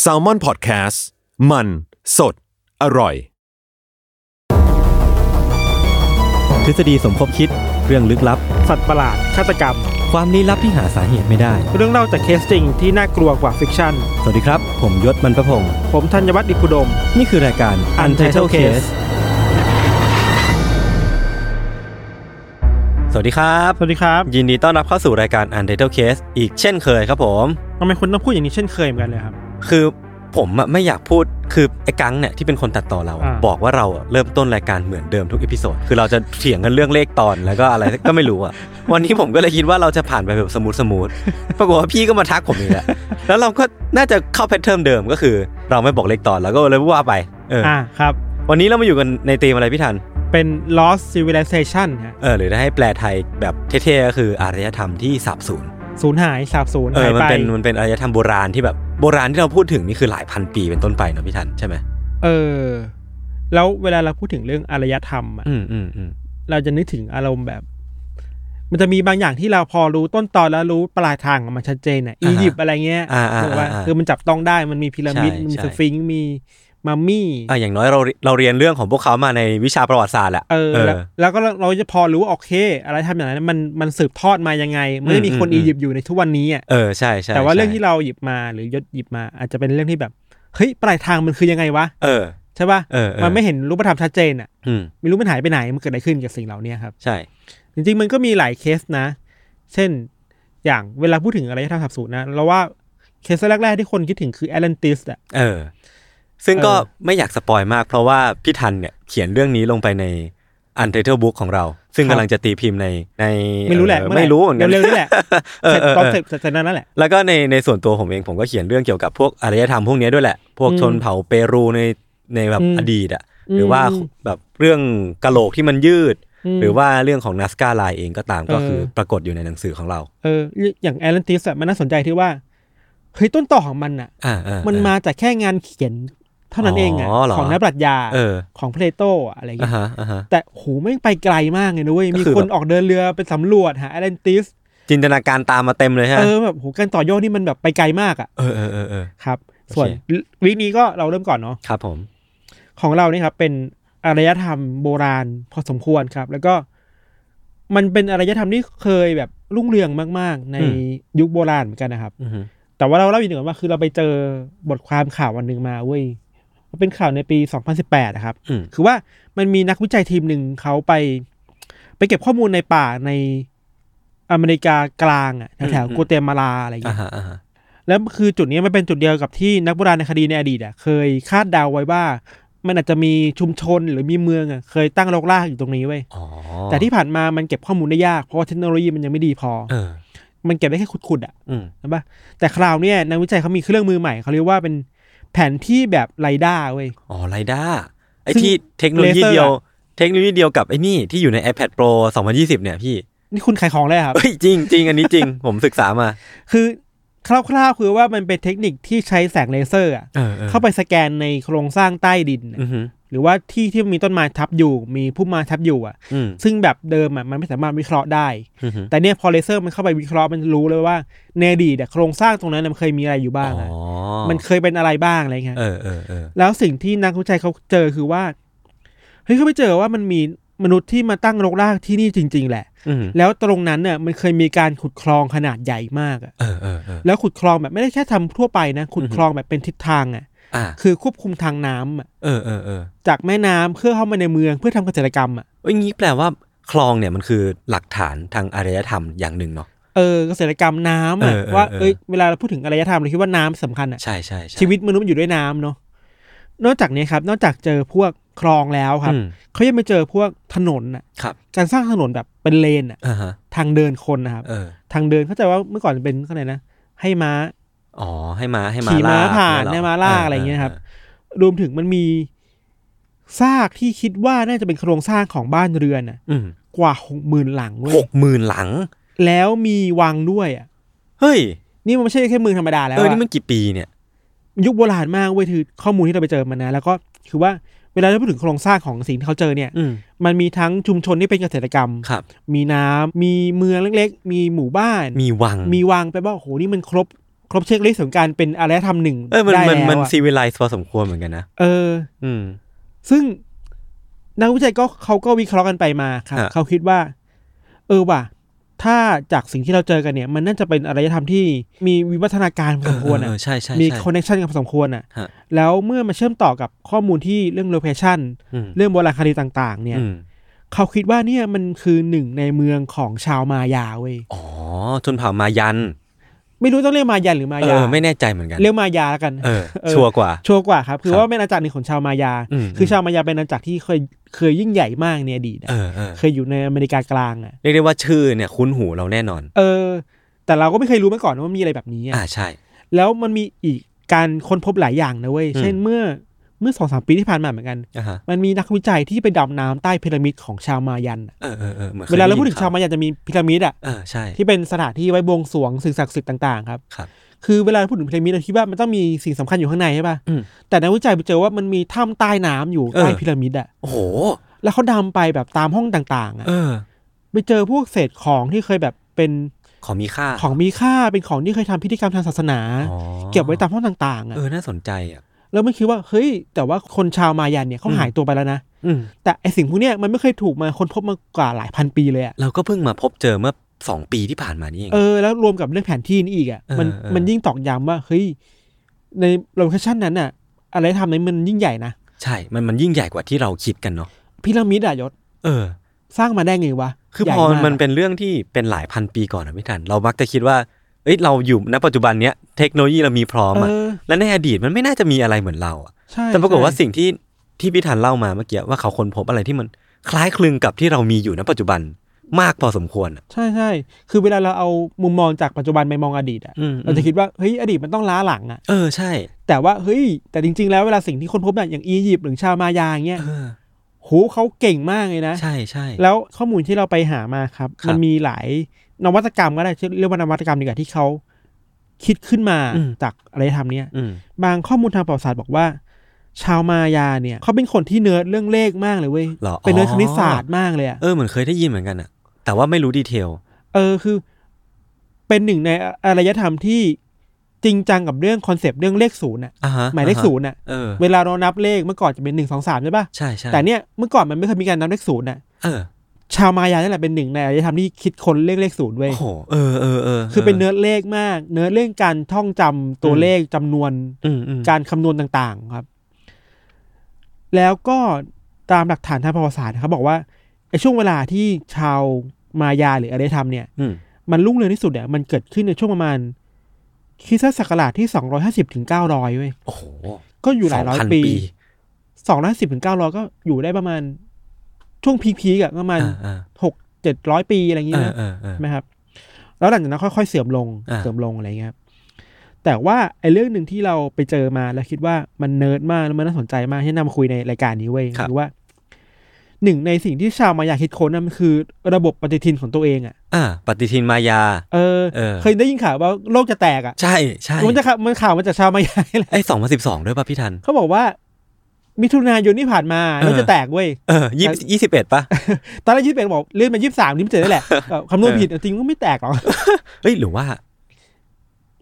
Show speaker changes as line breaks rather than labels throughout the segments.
แซลมอนพอดแคสต์มันสดอร่อย
ทฤษฎีสมคบคิดเรื่องลึกลับ
สัตว์ประหลาด ฆาตกรรม
ความลี้ลับที่หาสาเหตุไม่ได้
เรื่องเล่าจากเคสจริงที่น่ากลัวกว่าฟิกชั่น
สวัสดีครับ ผมยศมันประพงศ์
ผมธัญวัฒน์อิพุดม
นี่คือรายการ Untitled Case สวัสดีครับ
สวัสดีครับ
ยินดีต้อนรับเข้าสู่รายการ Untitled Case อีกเช่นเคยครับผม
ทำไมคุณต้องพูดอย่างนี้เช่นเคยเหมือนกันเลยครับ
คือผมอะไม่อยากพูดคือไอ้กังเนี่ยที่เป็นคนตัดต่อเราอะ
อ่า
บอกว่าเราอะเริ่มต้นรายการเหมือนเดิมทุกอีพิโซดคือเราจะเถียงกันเรื่องเลขตอนแล้วก็อะไร ก็ไม่รู้อะวันนี้ผมก็เลยคิดว่าเราจะผ่านไปแบบสมูทสมูท ปรากฏว่าพี่ก็มาทักผมอีกแล้ว แล้วเราก็น่าจะเข้าแพทเทิร์นเดิมก็คือ เราไม่บอกเลขตอนแล้วก็เลยว่าไปเอออ
อ่าครับ
วันนี้เรามาอยู่กันในธีมอะไรพี่ทัน
เป็น lost civilization ฮะ
เออหรือถ้าให้แปลไทยแบบเท่ๆก็คืออารยธรรมที่สาบสูญ
สูญหายสาบสูญ
เอ
หา
อย มัน
ไป
เป็นมันเป็นอารยธรรมโบราณที่แบบโบราณที่เราพูดถึงนี่คือหลายพันปีเป็นต้นไปเนอะพี่ทันใช่ไหม
เออ แล้วเวลาเราพูดถึงเรื่องอารยธรรมอะ
อืมอืมอืม
เราจะนึกถึงอารมณ์แบบ มันจะมีบางอย่างที่เราพอรู้ต้นตอนแล้วรู้ปลายทางของมันชัดเจนอ่ะอียิปต์อะไรเงี้ย
อ่าอ่า
ถูกปะ
อ่าอ่า
คือมันจับต้องได้มันมีพีระมิด
ใช่
มันมี
ใช่
สฟิงค์มีมัมมี่
อ่ะอย่างน้อยเราเราเรียนเรื่องของพวกเขามาในวิชาประวัติศาสตร์แหละ
เออ
เออ
แล้วแล้วก็เราจะพอรู้ว่าโอเค อะไรทำอย่างนั้นมันมันสืบทอดมายังไงไม่ได้มี
อืม
คน
อื
อี
ม
ยิปต์อยู่ในทุกวันนี้อ่ะ
เออใช่ใช่
แต่ว่า
ใช่
เรื่องที่เราหยิบมาหรือยศหยิบมา อาจจะเป็นเรื่องที่แบบเฮ้ยปลายทางมันคือยังไงวะ
เออ
ใช่ป่ะ
เออเออ
มันไม่เห็นรูปธรรมชัดเจนอ่ะ
อืม
ไม่รู้มันหายไปไหนมันเกิดอะไรขึ้นกับสิ่งเหล่านี้ครับ
ใช่
จริงๆมันก็มีหลายเคสนะ เช่นอย่างเวลาพูดถึงอะไรที่ทำสับสูตรนะเราว่าเคสแรกๆที่คนคิดถึงคือแอตแลนติสอ่ะ
เออ ซึ่งก็
เออ
ไม่อยากสปอยมากเพราะว่าพี่ทันเนี่ยเขียนเรื่องนี้ลงไปในอันเทอร์บุ๊กของเรา ซึ่งกำลังจะตีพิมพ์ในใน
ไม่รู้แหละ
เออ
เอห
ไม่รู้เหมือนกัน
เร็วๆนี่แหละ
เออ
เสร็จ
เออ
ตอน
เออ
เสร็จเสร็จนั้นแหละ
แล้วก็ในในส่วนตัวผมเองผมก็เขียนเรื่องเกี่ยวกับพวกอารยธรรมพวกเนี้ยด้วยแหละ พวก
อืม
ชนเผ่าเปรูในในแบบ
อืม
อดีตอ่ะ หรือว่า
อืม
แบบเรื่องกะโหลกที่มันยืด
ม
หรือว่าเรื่องของนัสกาลายเองก็ตามก็คือ
เออ
ปรากฏอยู่ในหนังสือของเรา
เอออย่างแอตแลนติสอะมันน่าสนใจที่ว่าเฮ้ยต้นต่อของมันอะ
อ่าอ่า
มัน
อ่า
มาจากแค่งานเขียนเท่านั้นเองอะ
อ๋อเหรอ
ของนักปรัชญา
เออ
ของเพลโตอะอะไร
อ่า
เงี้ย
ฮะอ่าฮะ
แต่โหแม่งไปไกลมากเลยนุ้ย
ก็
มี
คือ
คน
แบบ
ออกเดินเรือไปสำรวจหาแอตแลนติส
จินตนาการตามมาเต็มเลยฮะ
เออแบบโหการต่อยอดนี่มันแบบไปไกลมากอะ
เออเออเออเออ
ครับ
โอเค
ส่วนวิกนี้ก็เราเริ่มก่อนเนาะ
ครับผม
ของเราเนี่ยครับเป็นอารยธรรมโบราณพอสมควรครับ แล้วก็ มันเป็นอารยธรรมที่เคยแบบรุ่งเรืองมาก ๆ ในยุคโบราณเหมือนกันนะครับ
อือฮึ
แต่ว่าเราเล่าอีกหนึ่งก่อนว่าคือเราไปเจอบทความข่าววันหนึ่งมาเว้ยมันเป็นข่าวในปี 2018นะครับ
อืม
คือว่ามันมีนักวิจัยทีมหนึ่งเขาไป ไปเก็บข้อมูลในป่าในอเมริกากลางอะแถวๆกัวเตมาลาอะไรอย่าง
อ่า
เงี้ย
ฮะอ่าฮะ
แล้วคือจุดเนี้ยมันเป็นจุดเดียวกับที่นักโบราณคดีในอดีตอะเคยคาดเดาไว้ว่า มันอาจจะมีชุมชนหรือมีเมืองอะเคยตั้งรกรากอยู่ตรงนี้เว้ย
อ๋อ
แต่ที่ผ่านมามันเก็บข้อมูลได้ยากเพราะว่าเทคโนโลยีมันยังไม่ดีพอ
เออ
มันเก็บได้แค่ขุดๆอะ
อืม
นะปะแต่คราวเนี้ยนักวิจัยเขามีเครื่องมือใหม่เขาเรียกว่าเป็นแผนที่แบบไรด้าเว้ย
อ๋อไรด้าไอ
ซึ่ง
ที่เทคโนโลยี
เลเซอร์
เดียว
อะ
เทคโนโลยีเดียวกับไอ้นี่ที่อยู่ใน iPad Pro 2020 เนี่ยพี่
นี่คุณขายของเลยเหรอครับ
เอ้ยจริงจริงอันนี้จริง ผมศึกษามา
คือคร่าวๆคือว่ามันเป็นเทคนิคที่ใช้แสงเลเซอร์อะ
เออเออ
เข้าไปสแกนในโครงสร้างใต้ดินน่ะ
อือฮึ
หรือว่าที่ที่มีต้นไม้ทับอยู่ มีพุ่มไม้ทับอยู่อ่ะ
อืม
ซึ่งแบบเดิมอ่ะมันไม่สามารถวิเคราะห์ได้
อือฮึ
แต่เนี่ยพอเลเซอร์มันเข้าไปวิเคราะห์มันรู้เลยว่าในอดีตอะโครงสร้างตรงนั้นนะมันเคยมีอะไรอยู่บ้าง
อ๋
อะ
อ
มันเคยเป็นอะไรบ้างอะไรเงี้ย
เออเออเออ
แล้วสิ่งที่นักวิจัยเขาเจอคือว่าเฮ้ยเขาไปเจอว่ามันมีมนุษย์ที่มาตั้งรกรากที่นี่จริง ๆ แหละ
อืม
แล้วตรงนั้นเนี่ยมันเคยมีการขุดคลองขนาดใหญ่มากอะ
เออเออเออ
แล้วขุดคลองแบบไม่ได้แค่ทำทั่วไปนะ ขุดคลองแบบเป็นทิศทางอ่ะ
อ่ะ
คือควบคุมทางน้ำอะ
เออเออเออ
จากแม่น้ำเพื่อเข้ามาในเมืองเพื่อทำเกษตรกรรมอ่ะ
เอ้ยงี้แปลว่าคลองเนี่ยมันคือหลักฐานทางอารยธรรมอย่างหนึ่งเนาะ
เออเกษตรกรรมน้ำอ่ะ
เออเออ
ว่า
เออ
เอ้ยเวลาเราพูดถึงอารยธรรมเราคิดว่าน้ำสำคัญอ่ะ
ใช่ใช่ใช่
ชีวิตมนุษย์มันอยู่ด้วยน้ำเนาะนอกจากนี้ครับ นอกจากเจอพวกคลองแล้วครับ
อืม
เขายังไปเจอพวกถนนอ่ะ
ครับ
การสร้างถนนแบบเป็นเลนอะ
อ่าฮะ
ทางเดินคนนะครับ
เออ
ทางเดินเข้าใจว่าเมื่อก่อนเป็นอะไรนะ ให้ม้า
อ๋อให้มาให้มา
ขี่ม้า
ล่า
ผ่าน
เย
ให้
เ
ม้าล่าอะไรอย่างเงี้ยครับ รวมถึงมันมีซากที่คิดว่าน่าจะเป็นโครงสร้างของบ้านเรือนน่ะ
อืม
กว่าหกหมื่นหลังเว้
ห
ย
กหมื่นหลัง
แล้วมีวังด้วยอ่ะ
เฮ้ย
นี่มันไม่ใช่แค่เมืองธรรมดาแล้ว
เออ
อะ
นี่มันกี่ปีเนี่ย
ยุคโบราณมากเว้ยคือข้อมูลที่เราไปเจอมานะ แล้วก็คือว่าเวลาเราพูดถึงโครงสร้างของสิ่งที่เขาเจอเนี่ย
อืม
มันมีทั้งชุมชนที่เป็นเกษตรกรรม
ครับ
มีน้ำมีเมืองเล็กๆ มีหมู่บ้าน
มีวัง
มีวังไปบ้างโอ้โหนี่มันครบ ครบเช็คลิสต์ของการเป็นอารยธรรมหนึ่ง
เออมัน
ได้
มัน
แล้ว
มัน
อะ
ซีวิไลซ์พอสมควรเหมือนกันนะ
เออ
อืม
ซึ่งนักวิจัยก็เขาก็วิเคราะห์กันไปมาครับ
ฮะ
เขาคิดว่า เออว่ะถ้าจากสิ่งที่เราเจอกันเนี่ย มันน่าจะเป็นอารยธรรมที่มีวิวัฒนาการพอสมควร
เอ
อ่ะ
อเออใช่ใช่
มี
ใช่
คอนเนคชันกันพอสมควรอ่ะ
ฮะ
แล้วเมื่อมาเชื่อมต่อกับข้อมูลที่เรื่องโลเคชัน
อืม
เรื่องโบราณคดีต่าง ๆ เนี่ย
อืม
เขาคิดว่าเนี่ยมันคือหนึ่งในเมืองของชาวมายาเว้ย
อ๋อชนเผ่ามายัน
ไม่รู้ต้องเรียกมายันหรือ
เอย
มาา
อไม่แน่ใจเหมือนกัน
เรียกมายาแล้วกัน
เออ
เออ
ชัวร์กว่า
ชัวร์กว่าครับคื
ค
อ
รับ
ว่าเป็นอาณาจักรหนึ่งของชาวมายา
อืม
คือชาวมายาเป็นอาณาจักรที่เคยเคยยิ่งใหญ่มากในอดีตนะ
เออเออ
เคยอยู่ในอเมริกากลางอ่ะ
เรียกได้ว่าชื่อเนี่ยคุ้นหูเราแน่นอน
เออ แต่เราก็ไม่เคยรู้มาก่อนว่ามีอะไรแบบนี้อะ
อ่าใช่
แล้วมันมีอีกการค้นพบหลายอย่างนะเว้ย
อืม
เช่นเมื่อเมื่อสองสามปีที่ผ่านมาเหมือนกัน
อ่าฮะ
มันมีนักวิจัยที่ไปดำน้ำใต้พีระมิดของชาวมายันอะ
เออเออเออหมือนคย
เวลาเราพูดถึง
ไยิน
ชาวมายันจะมีพีระมิดอ่ะ
เออใช่
ที่เป็นสถานที่ไว้บวงสรวงสิ่งศักดิ์สิทธิ์ต่างๆครับ
ครับ
คือเวลาพูดถึงพีระมิดเราคิดว่ามันต้องมีสิ่งสำคัญอยู่ข้างในใช่ป่ะ
อืม
แต่นักวิจัยไปเจอว่ามันมีถ้ำใต้น้ำอยู่
เออ
ใต้พีระมิดอ่ะ
โอ้โห
แล้วเขาดำไปแบบตามห้องต่างๆอะ
เออ
ไปเจอพวกเศษของที่เคยแบบเป็น
ของมีค่า
ของมีค่าเป็นของที่เคยทำพิธีกรรมทางศาสนา
อ๋อ
เก็บไว้ตามห้องต่างๆอะ
เออน่าสนใจอ่ะ
แล้วไม่คิดว่าเฮ้ย แต่ว่าคนชาวมายันเนี่ยเขา
อืม
หายตัวไปแล้วนะ
อืม
แต่ไอสิ่งพวกเนี้ยมันไม่เคยถูกมาค้นพบมากว่าหลายพันปีเลยอะ
เราก็เพิ่งมาพบเจอเมื่อสองปีที่ผ่านมานี่เอง
เออแล้วรวมกับเรื่องแผนที่นี่อีกอะ
เออ
มัน
เออ
มันยิ่งตอกย้ำว่าเฮ้ยในโลเคชั่นนั้นอะอะไรทำในมันยิ่งใหญ่นะ
ใช่มันมันยิ่งใหญ่กว่าที่เราคิดกันเนาะ
พีระมิดอะยศ
เออ
สร้างมาได้ไงวะ
คือ
ให
พอ
ญ่าก
มันเป็นเรื่องที่เป็นหลายพันปีก่อนนะพี่ทัน เรามักจะคิดว่า เอ้ยเราอยู่ณปัจจุบันเนี้ยเทคโนโลยีเรามีพร้อม
เอ
อะ
อ
และในอดีตมันไม่น่าจะมีอะไรเหมือนเราอะ
ใช่
แต่ปรากฏว่า
ใช่
สิ่งที่ที่พี่ทันเล่ามาเมื่อกี้ว่าเขาค้นพบอะไรที่มันคล้ายคลึงกับที่เรามีอยู่ณปัจจุบันมากพอสมควรอะ
ใช่ใช่คือเวลาเราเอามุมมองจากปัจจุบันไปมองอดีตอ่ะ
อืม
เราจะคิดว่าเฮ้ยอดีตมันต้องล้าหลังอ่ะ
เออใช่
แต่ว่าเฮ้ยแต่จริงๆ แล้วเวลาสิ่งที่คนพบเนี่ยอย่างอียิปต์หรือชาวมายาอย่างเงี้ย
เออ
โหเขาเก่งมากเลยนะ
ใช่ใช่
แล้วข้อมูลที่เราไปหามาครับ
ครับ
มันมีหลายนวัตกรรมก็ได้เรียกว่านวัตกรรมดีกว่าที่เขาคิดขึ้นมา
อืม
จากอะไรทำเนี่ย
อืม
บางข้อมูลทางประวัติศาสตร์บอกว่า ชาวมายาเนี่ยเขาเป็นคนที่เนิร์ดเรื่องเลขมากเลยเว้ย
หรอ
เป็นเนิร์ดคณิตศาสต
อ๋
ร์มากเลยอะ
อเออเหมือนเคยได้ยินเหมือนกันอะแต่ว่าไม่รู้ดีเทล
เออคือเป็นหนึ่งในอารยธรรมที่จริงจังกับเรื่องคอนเซปต์เรื่องเลขศูนย์น่ะ
อ่าฮะ
หมายเลข
อ่ฮะ
ศูนย์น่ะ
เออ
เวลาเรานับเลขเมื่อก่อนจะเป็นหนึ่งสองสามใช่ปะ
ใช่ใช่
แต่เนี่ยเมื่อก่อนมันไม่เคยมีการนับเลขศูนย์น่ะ
เออ
ชาวมายานี่แหละเป็นหนึ่งในอารยธรรมที่คิดค้นเรื่องเลขศูนย์เว้ย
โอ้โหเออเออเออ
คือเป็นเนื้อเลขมาก เนื้อเรื่องการท่องจำตัวเลขจำนวน
อืมอืม
การคำนวณต่างๆครับ แล้วก็ตามหลักฐานทางประวัติศาสตร์นะครับบอกว่าไอ้ช่วงเวลาที่ชาวมายาหรืออารยธรรมเนี่ย
อืม
มันรุ่งเรืองที่สุดเนี่ยมันเกิดขึ้นในช่วงประมาณคริสตศักราชที่ 250ถึง900เว้ย
โอ้โห
ก็อยู่หลายร้อย
2,000
ปี 250ถึง900 ก็อยู่ได้ประมาณ ช่วงพีคๆอะประมาณ
อ่าอ่า
หกเจ็ดร้อยปีอะไรอย่าง
เออ
เงี้ยนะ
เออเออ
ใช่ไหมครับ แล้วหลังจากนั้นค่อยๆเสื่อมลง
อ่า
เสื่อมลงอะไรเงี้ยครับแต่ว่าไอ้เรื่องหนึ่งที่เราไปเจอมาแล้วคิดว่ามันเนิร์ดมากแล้วมันน่าสนใจมากที่นำมาคุยในรายการนี้เว้ย
ครับ
คือว่าหนึ่งในสิ่งที่ชาวมายาคิดค้นนั่นมันคือระบบปฏิทินของตัวเองอะ
อ่าปฏิทินมายา
เออ
เออ
เคยได้ยินข่าวว่าโลกจะแตกอะ
ใช่ใช่
มันจะข่าวมันข่าวมาจากชาวมายานี่แหละ
ไอ้สองพันสิบสองด้วยป่ะพี่ทัน
เขาบอกว่า มิถุนายนที่ผ่านมา
เออ
เราจะแตกเว้ย
เออยี่ยี่สิบเอ็ดป่ะ
ตอนแรกยี่สิบเอ็ดบอกเลื่อนมายี่สิบสามยี่สิบเจ็ดนี่แหละ เออคำนวณผิดจริงก็ไม่แตกหรอก
เอ้ยหรือว่า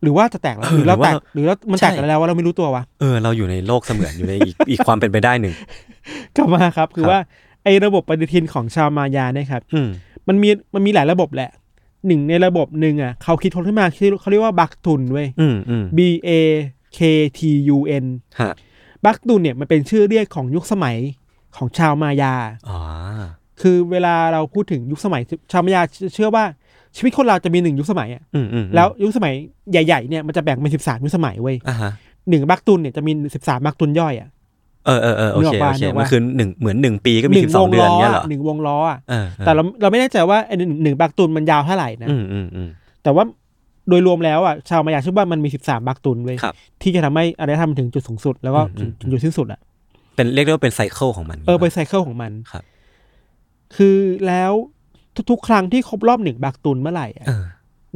หรือว่าจะแตกแล้ว
เออ
หรือเราแตกห
หรื
รือ
อ
เรา
ว่า
มันแตก
ใช่
กันแล้วว่าเราไม่รู้ตัววะ
เออเราอยู่ในโลกเสมือนอยู่ในอีก อีกความเป็นไปได้หนึ่ง
กลับมาครับ คือ
ครับ
ว่าไอ้ระบบปฏิทินของชาวมายาเนี่ยครับ
อืม
มันมีมันมีหลายระบบแหละหนึ่งในระบบหนึ่งอ่ะเขาคิดค้นขึ้นมาที่เขาเรียกว่าบักตุนเว้ย
อืมอืม
B A K T U N
ฮะ
บักตุนเนี่ยมันเป็นชื่อเรียกของยุคสมัยของชาวมายา
อ๋อ
คือเวลาเราพูดถึงยุคสมัยชาวมายาเชื่อว่าชีวิตคนเราจะมีหนึ่งยุคสมัยอะ
อืมอืมอืม
แล้วยุคสมัยใหญ่ๆเนี่ยมันจะแบ่งเป็นสิบสามยุคสมัยเว้ย
อ่ะฮะ
หนึ่งบักตุนเนี่ยจะมีสิบสามบักตุนย่อยอะ
เออเออเออโอเค
นึกออกปะ
โอเค
นึกออกปะ
มันคือหนึ่งเหมือนหนึ่งปีก็มี
หนึ่
สิบสองเดือนเนี้ยเหรอ
หนึ่งวงล้ออะ
เออออ
แต่เราเราไม่แน่ใจว่าไอ้หนึ่งหนึ่งบักตุนมันยาวเท่าไหร่นะ
อืมอืมอืม
แต่ว่า โดยรวมแล้วอ่ะชาวมายาเชื่อว่ามันมีสิบสามบักตุนเว้ย
ครับ
ที่จะทำให้อารยธรรมถึงจุดสูงสุด แล้วก็
อืม
ถึงจุดสิ้นสุดอ่ะ
เป็นเรียกได้ว่าเป็นไซเคิลของมัน
เออไปไซเคิลของมัน
ครับ
คือแล้วทุกๆ ครั้งที่ครบรอบหนึ่งบักตุนเมื่อไหร่อะ
เออ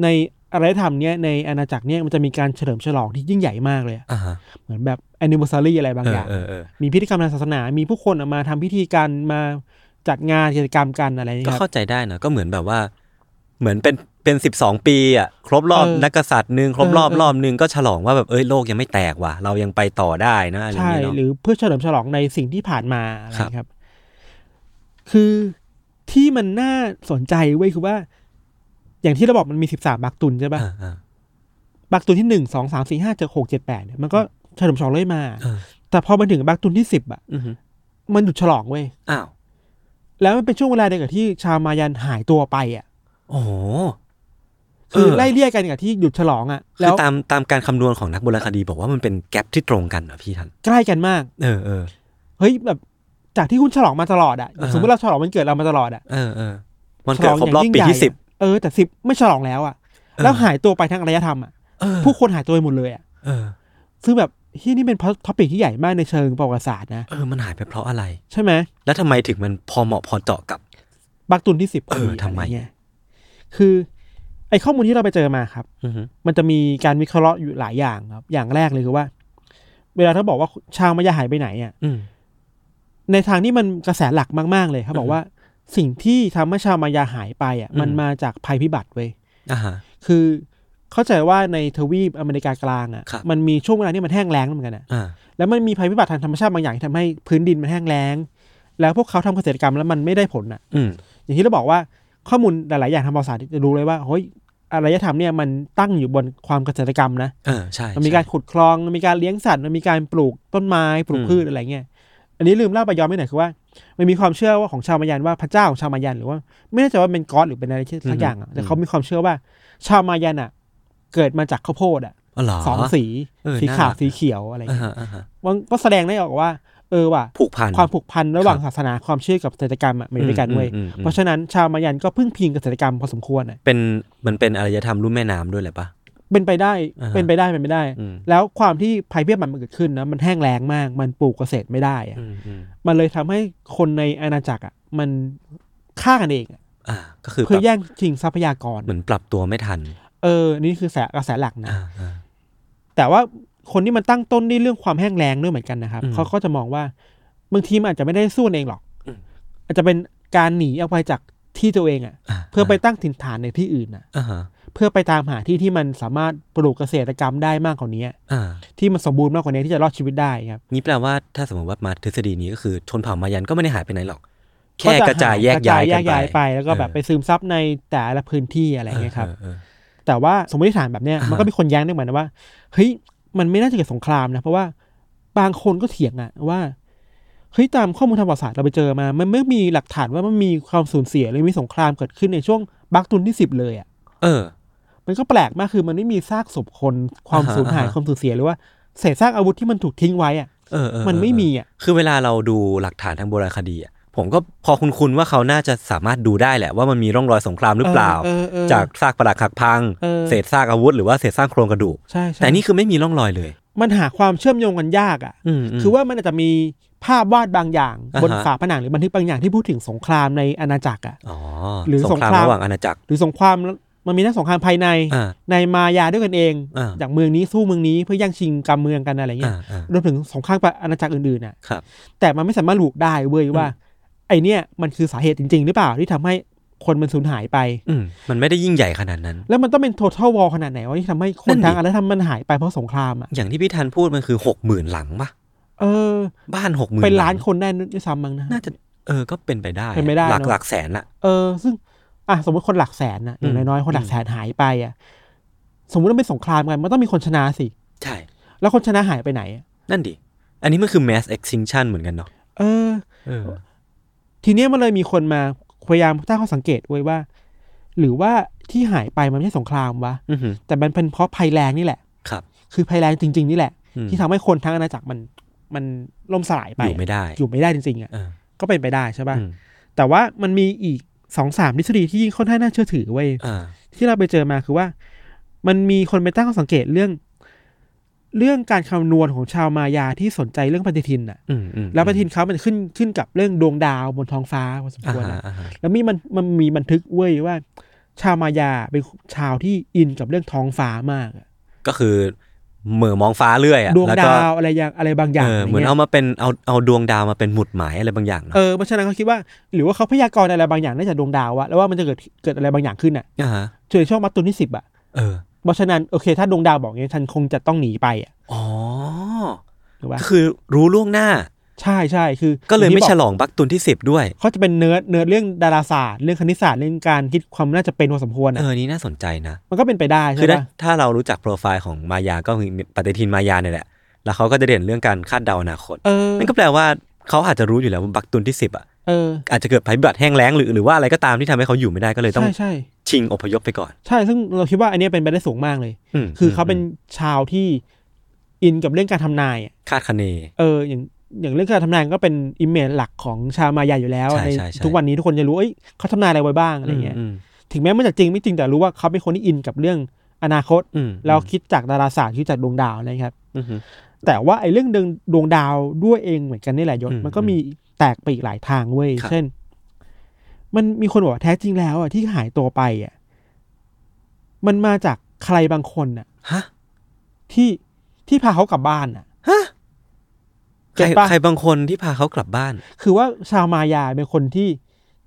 ในอารยธรรมเนี้ยในอาณาจักรเนี้ยมันจะมีการเฉลิมฉลองที่ยิ่งใหญ่มากเลยอะ
อ่าฮะ
เหมือนแบบแอนนิวซารีอะไรบาง
เอ
อ
อย่าง เออเออ
มีพิธีกรรมทางศาสนา มีผู้คนออกมาทำพิธีการมาจัดงานกิจกรรมกันอะไรอย่าง
ก็
เงี้ยค
เข้า
รับ
ใจได้นะก็เหมือนแบบว่า เหมือนเป็นเป็นสิบสองปีอ่ะครบรอบ
เออ
นักกษัตริย์หนึ่งครบรอบ
เออเออ
รอบหนึ่งก็ฉลองว่าแบบเอ้ยโลกยังไม่แตกว่ะเรายังไปต่อได้นะอะไรอย่า
ใช่
งเงี้ยเนาะ
หรือเพื่อเฉลิมฉลองในสิ่งที่ผ่านมาอะไร
ครับ
ครับ คือที่มันน่าสนใจเว้ยคือว่า อย่างที่เราบอกมันมีสิบสามบักตุนใช่ปะ
อ่าอ่า
บักตุนที่หนึ่งสองสามสี่ห้าเจ็ดหกเจ็ดแปดเนี่ยมันก็เฉลิมฉลองเรื่อยมา
เออ
แต่พอมันถึงบักตุนที่สิบอ่ะ
อือหือ
มันหยุดฉลองเว้ย
อ้าว
แล้วมันเป็นช่วงเวลาเดียวกับที่ชาวมายันหายตัวไปอ่ะ
โอ้โห
คือ
เออ
ไล่เลี่ยกันกับที่หยุดฉลองอ่ะ
คื
แล้
อ
ว
ตามตามการคำนวณของนักโบราณคดีบอกว่ามันเป็นแกลบที่ตรงกันเหรอพี่ทัน
ใกล้กันมาก
เออเออ
เฮ้ยแบบจากที่คุณฉลองมาตลอดอะ
อ่าฮะ
สมมติเราฉลองวันเกิดเรามาตลอดอะ
เออเออมันเกิดครบรอบ
ฉลงย่าง
ปี
ยิ่งใหญ่
ที่สิบ
เออแต่สิบไม่ฉลองแล้วอะ
ออ
แล้วหายตัวไปทั้งอารยธรรมอะ
เออ
ผู้คนหายตัวไปหมดเลยอะ
เออ
ซึ่งแบบที่นี่เป็นท็อปิกที่ใหญ่มากในเชิงประวัติศาสตร์นะ
เออ มันหายไปเพราะอะไร
ใช่ไหม
แล้วทำไมถึงมันพอเหมาะพอเจาะกับ
บักตุนที่สิบ
เออทำไม
ยคือไอ้ข้อมูลที่เราไปเจอมาครับ
อือฮึ
มันจะมีการวิเคราะห์อยู่หลายอย่างครับ อย่างแรกเลยคือว่า เวลาเขาบอกว่าชาวมายาหายไปไหนอะ
อืม
ในทางที่มันกระแสหลักมาก ๆ เลยเขาบอกว่า สิ่งที่ทำให้ชาวมายาหายไปอะมัน
อืม
มาจากภัยพิบัติเว้ย
อ่าฮะ
คือเข้าใจว่าในทวีปอเมริกากลาง
ครับ
อะ่ะมันมีช่วงเวลาที่มันแห้งแล้งเหมือนกันอะ
อ่า
แล้วมันมีภัยพิบัติทางธรรมชาติบางอย่างที่ทำให้พื้นดินมันแห้งแล้ง แล้วพวกเขาทำเกษตรกรรมแล้วมันไม่ได้ผลอะ่ะ
อืม
อย่างที่เราบอกว่าข้อมูลหลาย ๆ อย่างทางประวัติศาสตร์จะรู้เลยว่าเฮ้ยอารยธรรมเนี่ยมันตั้งอยู่บนความเกษตรกรรมนะ
เออ ใช่
มันมีการ
ใช่
ขุดคลองมันมีการเลี้ยงสัตว์มันมีการปลูกต้นไม้ปลูก
อืม
พืชอะไรเงี้ยอันนี้ลืมเล่าไปย้อนไปหน่อยคือว่ามันมีความเชื่อว่าของชาวมายันว่าพระเจ้าของชาวมายันหรือว่าไม่แน่ใจว่าเป็นก๊อดหรือเป็นอะไรที่สักอย่างอะแต่เขามีความเชื่อว่า ชาวมายันอ่ะ เกิดมาจากข้าวโพดอ่ะ
อ๋อเหรอ
สองสี
เออ
สีขา
น่า
ว
รัก
สีเขียวอะไร
อ่า
เงี้ย
ฮะอ่าฮะ
มันก็แสดงได้ออกว่า เออว่ะ
ผูกพัน
ความผูกพันระหว่างศาสนาความเชื่อกับเศรษฐกรรมอะมันอยู่ด้วยกันเว้ย
อืมอืมอืม
เพราะฉะนั้นชาวมายันก็พึ่งพิงกับเศรษฐกรรมพอสมควรอะ
เป็น มันเป็นอารยธรรมรุ่มแม่น้ำด้วยแหละปะ
เป็นไปได้
อ่าฮะ
เป็นไปได้เป็นไปได้
อืม
แล้วความที่ภัยพิบัติมันเกิดขึ้นนะมันแห้งแล้งมาก มันปลูกเกษตรไม่ได้อะ
อืมอืม
มันเลยทำให้คนในอาณาจักรอ่ะมันฆ่ากันเองอะ
อ่า ก็คือ
เพื่
ป
อ
รับ
แย่งชิงทรัพยากร
เหมือนปรับตัวไม่ทัน
เออนี่คือแสกระแสหลักนะ
อ่าอ่า
แต่ว่าคนที่มันตั้งต้นด้วยเรื่องความแห้งแล้งด้วยเหมือนกันนะครับ
อืม
เขาก็จะมองว่าบางทีมันอาจจะไม่ได้สู้เองหรอก
อืม
อาจจะเป็นการหนีออกไปจากที่ตัวเองอะ่ะ
อ่า
เพื่อไปตั้งถิ่นฐานในที่อื่นอ่ะ
อ่าฮะ
เพื่อไปตามหาที่ที่มันสามารถปลูกเกษตรกรรมได้มากกว่านี้
อ่า
ที่มันสมบูรณ์มากกว่านี้ที่จะรอดชีวิตได้ครับ
นี่แปลว่าถ้าสมมติว่ามาทฤษฎีนี้ก็คือชนเผ่ามายันก็ไม่ได้หายไปไหนหรอก
ก็
แค่
จ
กระจาย
ห
แยกย้ายกัน
ระจ
ไป
ไปแล้วก็แบบ
เออ
ไปซึมซับในแต่ละพื้นที่อะไรอย่างเงี้ยครับ
ออออ
แต่ว่าสมมติฐานแบบเนี้ย
อ่าฮะ
มันก็มีคนแย้งด้วยเหมือนกันว่าเฮ้ยมันไม่น่าจะเกิดสงครามนะ เพราะว่าบางคนก็เถียงอะว่าเฮ้ยตามข้อมูลทางประวัติศาสตร์เราไปเจอมา มันไม่มีหลักฐานว่ามันมีความสูญเสียหรือมีสงครามเกิดขึ้นในช่วงบักตุนที่สิบเลยอะ
เออ
มันก็แปลกมากคือมันไม่มีซากศพคนความ
อ่าฮะ
สูญหาย
อ่าฮะ
ความสูญเสียหรือว่าเศษซากอาวุธที่มันถูกทิ้งไว้อะ
เออเออ
มันไม่มีอะ
คือเวลาเราดูหลักฐานทางโบราณคดีอะผมก็พอคุณคุณว่าเขาน่าจะสามารถดูได้แหละว่ามันมีร่องรอยสงครามหรือเปล่า
เออเออ
จากซากปรักหักพัง
เออ
เศษซากอาวุธหรือว่าเศษซากโครงกระดูก
ใช่ใช่
แต่นี่คือไม่มีร่องรอยเลย
มันหาความเชื่อมโยงกันยากอะ
มม
คือว่ามันอาจจะมีภาพวาดบางอย่าง
อ่าฮะ
บนฝาผนังหรือบันทึกบางอย่างที่พูดถึงสงครามในอาณาจักรอ่ะ
อ๋อ
หรือ
สงค
สง
ราร
คาม ม
ระหว่างอาณาจักร
หรือสงครามมันมีทั้งสงครามภายใน
อ่า
ในมายาด้วยกันเอง
อ่า
จากเมืองนี้สู้เมืองนี้เพื่อแย่งชิงกำเมืองกันอะไร
อ่า
เงี้ย
อ่าร
วมถึงสงครามกับอาณาจักรอื่นๆอ่ะ
ครับ
แต่มันไม่สามารถหลูกได้เว้ยว่า ไอเนี่ยมันคือสาเหตุจริง ๆ หรือเปล่าที่ทำให้คนมันสูญหายไป
อืมมันไม่ได้ยิ่งใหญ่ขนาดนั้น
แล้วมันต้องเป็น total war ขนาดไหนวะที่ทำให้ค
นั่
น
นดิ
ทางอารยธรรมมันหายไปเพราะสงครามอ่ะ
อย่างที่พี่ทันพูดมันคือหกหมื่นหลังปะ
เออ
บ้านหกหมื่น
เป็นล้านคนได้ด้วยซ้ำมั้งนะ
น่าจะเออก็เป็นไปได้
เป็นไปได้
หลัก
เนอะ
หลักแสนละ
เออซึ่งอ่ะสมมติคนหลักแสนนะอย่าง
อืม
น้อยๆคนหลักแสนหายไปอ่ะสมมติมันเป็นสงครามกันมันต้องมีคนชนะสิ
ใช่
แล้วคนชนะหายไปไหนอะ
นั่นดิ อันนี้มันคือ mass extinction เหมือนกันเนาะ
เออ ทีเนี้ยมันเลยมีคนมาพยายามตั้งข้อสังเกตไว้ว่า หรือว่าที่หายไปมันไม่ใช่สงครามวะ
อือหือ
แต่มันเป็นเพราะภัยแรงนี่แหละ
ครับ
คือภัยแรงจริง ๆ นี่แหละ
อืม
ที่ทำให้คนทั้งอาณาจักรมันมันล่มสลายไป
อยู่ไม่ได้
อยู่ไม่ได้จริงๆอ่ะ
เออ
ก็เป็นไปได้ใช่ป่ะ
อืม
แต่ว่ามันมีอีกสองสามทฤษฎีที่ค่อนข้างน่าเชื่อถือไว้ย
อ่า
ที่เราไปเจอมาคือว่า มันมีคนไปตั้งข้อสังเกตเรื่อง เรื่องการคำนวณของชาวมายาที่สนใจเรื่องปฏิทินน่ะ
อืมอืม
แล้วปฏิทินเขามันขึ้นขึ้นกับเรื่องดวงดาวบนท้องฟ้าพอสม
อ่า
ควร
ฮะ
นะ
อ่าฮะ
แล้วมีมันมันมีบันทึกเว้ยว่า ชาวมายาเป็นชาวที่อินกับเรื่องท้องฟ้ามากอะ
ก็คือเหม่อมองฟ้าเรื่อยอะ
ดวง
แล้
ดา
ก็
วอะไรอย่างอะไรบางอย่าง
เออ
อะไร
เหมือน
เงี้ย
เอามาเป็นเอาเอาดวงดาวมาเป็นหมุดหมายอะไรบางอย่างเนอะ
เออเพราะฉะนั้นเขาคิดว่า หรือว่าเขาพยากรณ์อะไรบางอย่างน่าจะดวงดาวอะแล้วว่ามันจะเกิดเกิดอะไรบางอย่างขึ้นอะ
อ่าฮะ
เจอช่องมัดตุนที่สิบอะ
เออ
เพราะฉะนั้นโอเค ถ้าดวงดาวบอกอย่างเงี้ยฉันคงจะต้องหนีไปอะ
อ๋อ
ถูกปะ
ก็คือรู้ล่วงหน้า
ใช่ใช่คือ
ก็เลยไม่
อาง
ฉ
ที่บอก
ลองบักตุนที่สิบด้วย
เขาจะเป็นเนื้อเนื้อเรื่องดาราศาสตร์เรื่องคณิตศาสตร์เรื่องการคิดความน่าจะเป็นพอสมควร
เออ
อะ
นี่น่าสนใจนะ
มันก็เป็นไปได้
คือ
ใช่
ถ้า
ปะ
ถ้าเรารู้จักโปรไฟล์ของมายาก็คือปฏิทินมายาเนี่ยแหละ แล้วเขาก็จะเด่นเรื่องการคาดเดาอนาคต
เออ
นั่นก็แปลว่าเขาอาจจะรู้อยู่แล้วว่าบักตุนที่สิบอ่ะ
เออ
อาจจะเกิดภัยพิบัติแห้งแล้งหรือหรือว่าอะไรก็ตามที่ทำให้เขาอยู่ไม่ได้ก็เลยต้อง
ใช่ใช่
ชิงอพยพไปก่อน
ใช่ซึ่งเราคิดว่าอันเนี้ยเป็นไปได้สูงมากเลย
ม
คือเขาเป็น
ม
ชาวที่อินกับเรื่องการทำนายอะ
คาดคะเน
เอออย่างอย่างเรื่องการทำนายก็เป็นอิมเมจหลักของชาวมายาอยู่แล้ว
ใช่
ใน
ใช่ใช่
ทุกวันนี้ทุกคนจะรู้เอ้ยเขาทำนายอะไรไว้บ้างอะไรเงี้ย
อืม
ถึงแม้มันจะจริงไม่จริงแต่รู้ว่าเขาเป็นคนที่อินกับเรื่องอนาคต
อืม
แล้วคิดจากดาราศาสตร์คิดจากดวงดาวนะครับ
อืมอืม
แต่ว่าไอ้เรื่องดวงดวงดาวด้วยเองเหมือนกันนี่แหละยศ
อืม
มันก็มีแตกไปอีกหลายทางเว้ย
ครับ
เช่น มันมีคนบอกว่าแท้จริงแล้วอ่ะที่หายตัวไปอ่ะมันมาจากใครบางคนอ่ะ
ฮะ
ที่ที่พาเขากลับบ้านอ่ะ
ฮะใคร
เก็ตปะ
ใครบางคนที่พาเขากลับบ้าน
คือว่าชาวมายาเป็นคนที่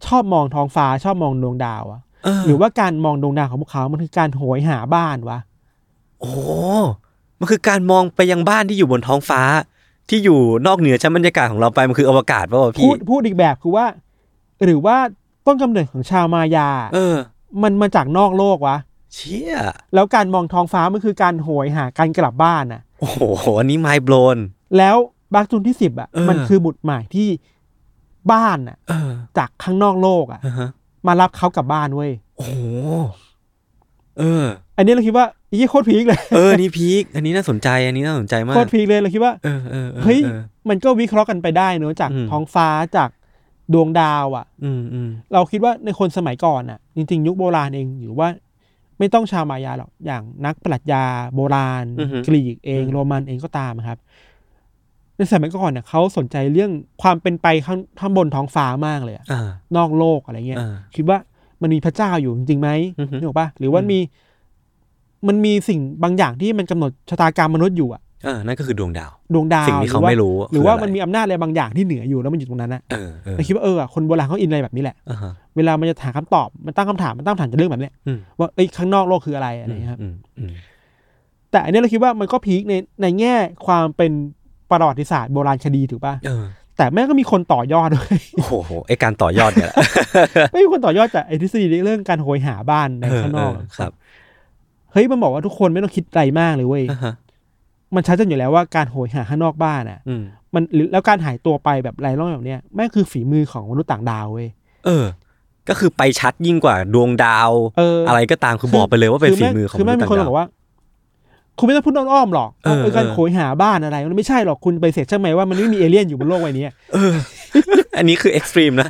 ชอบมองท้องฟ้าชอบมองดวงดาวอะ
เออ
หรือว่าการมองดวงดาวของพวกเขา มันคือการโหยหาบ้านวะ
โอ้โหมันคือการมองไปยังบ้านที่อยู่บนท้องฟ้า ที่อยู่นอกเหนือชั้นบรรยากาศของเราไป มันคืออวกาศป่าวะ
พู
พี่
ดพูดอีกแบบคือว่า หรือว่าต้นกำเนิดของชาวมายา
เออ
มันมาจากนอกโลกวะ
เชี่ย
แล้วการมองท้องฟ้ามันคือการโหยหาการกลับบ้านน่ะ
โอ้โห อันนี้ไมโบรน
แล้วบักจุนที่สิบอ่ะ
เออ
มันคือบุตรหมายที่บ้านน่ะ
เออ
จากข้างนอกโลกอ่ะ
อ่าฮะ
มารับเขากลับบ้านเว้ย
โอ้โห เออ
อันนี้เราคิดว่าอีโคตรพีคเลย
เออ นี่พีค อันนี้น่าสนใจ อันนี้น่าสนใจมา
โค
ก
ตรพีคเลยเราคิดว่า
เออเออออ
เฮ้ย
ออ
มันก็วิเคราะห์กันไปได้เนอะจาก
อืม
ท้องฟ้าจากดวงดาวอะ่ะ
อืมอืม
เราคิดว่าในคนสมัยก่อนอ่ะ จริงๆ ยุคโบราณเองหรือว่า ไม่ต้องชาวมายาหรอก อย่างนักปรัชญาโบราณ กรีกเองโรมันเองก็ตามครับ ในสมัยก่อนเน่ะเขาสนใจเรื่องความเป็นไปข้างข้างบนท้องฟ้ามากเลยอะ
อ่า
นอกโลกอะไรเงี้ย
อ่า
คิดว่ามันมีพระเจ้าอยู่จริงๆไหม
อือฮึ
นึกออกปะหรือว่ามี มันมีสิ่งบางอย่างที่มันกำหนดชะตากรรมมนุษย์อยู่อะ
อ่านั่นก็คือดวงดาว
ดวงดาว
สิ่งที่เขา
หรือว่า
ไม่รู้
หรือว่ามัน
คืะไ
มีอำนาจอะไรบางอย่างที่เหนืออยู่แล้วมันอยู่ตรงนั้นนะ
เออเออ
เราคิดว่าเอออะคนโบราณเขาอินอะไรแบบนี้แหละ
อ่าฮะ
เวลามันจะหาคำตอบ มันตั้งคำถาม มันตั้งคำถามจากเรื่องแบบเนี้ย
อืม
ว่าเอ้ยข้างนอกโลกคืออะไรอะไรอย่างเงี้ยครับ
อืมอืม
แต่อันเนี้ยเราคิดว่ามันก็พีคในในแง่ความเป็นประวัติศาสตร์โบราณคดีถูกป่ะ
เออ
แต่แม่งก็มีคนต่อยอดด้วย
โอ้โห ไอการต่อยอดเนี่ยแหละ
ไม่มีคนต่อยอดจากไอ้ทฤษฎีเรื่องการโหยหาบ้านในข้างนอก
เออเออครับ
เฮ้ยมันบอกว่าทุกคนไม่ต้องคิดอะไรมากเลยเว้ย
อ่าฮะ
มันชัดเจนอยู่แล้วว่าการโหยหาข้างนอกบ้านอ่ะ
อืม
มันหรือแล้วการหายตัวไปแบบไร้ร่องรอยแบบเนี้ยแม่งคือฝีมือของมนุษย์ต่างดาวเว้ย
เออ ก็คือไปชัดยิ่งกว่าดวงดาว
เอออ
อะไรก็ตามคือบอกไปเลยว่าเป็นฝีมือของ
คือแม่
ษ
ง
ย์
มี
ต่าง
คน
ดา
บ
ว
อกว่า คุณไม่ต้องพูดอ้อมๆหรอก
เออ
เออการ
เออ
โหยหาบ้านอะไรมันไม่ใช่หรอกคุณไปเสร็จใช่ไหมว่ามันไม่มีเอเลี่ยนอยู่บนโลกใบนี้
เออ อันนี้คือเอ็กซ์ตรีมนะ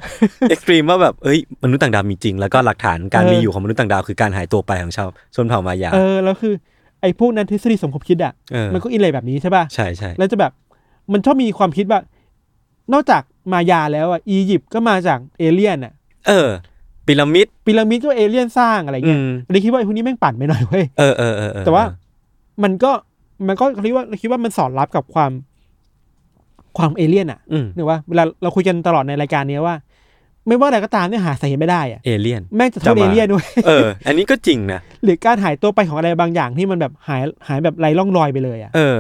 เอ็กซ์ตรีมว่าแบบเอ้ยมนุษย์ต่างดาวมีจริง แล้วก็หลักฐานการมีอยู่ของมนุษย์ต่างดาวคือการหายตัวไปของชาวชนเผ่ามายา
เออแล้วคือ ไอ้พวกนั้นทฤษฎีสมคบคิดอ่ะ
เออ
มันก็อินอะไรแบบนี้ใช่ป่ะ
ใช่ใช่
แล้วจะแบบ มันชอบมีความคิดว่า นอกจากมายาแล้วอ่ะอียิปต์ก็มาจากเอเลี่ยนอ่ะ
เออปิรามิด
พีระมิดก็เอเลี่ยนสร้างอะไร
อื
เงี้ย
ม
เลยคิดว่าไอ้พวกนี้แม่งปั่นไปหน่อยเว้ย
เออเออเออเออ
แต่ว่า มันก็มันก็คิดว่าคิดว่ามันสอดรับกับความความเอเลี่ยนอ่ะ
อืม
หรือว่าเวลาเราคุยกันตลอดในรายการเนี้ยว่า ไม่ว่าอะไรก็ตามเนี่ยหาสาเหตุไม่ได้อะ
เอเลี่ยน
แม่งจะโทษ
จะมา
เอเลี่ยนด้วย
เออ อันนี้ก็จริงนะ
หรือการหายตัวไปของอะไรบางอย่างที่มันแบบหายหายแบบไร้ร่องรอยไปเลยอ่ะ
เออ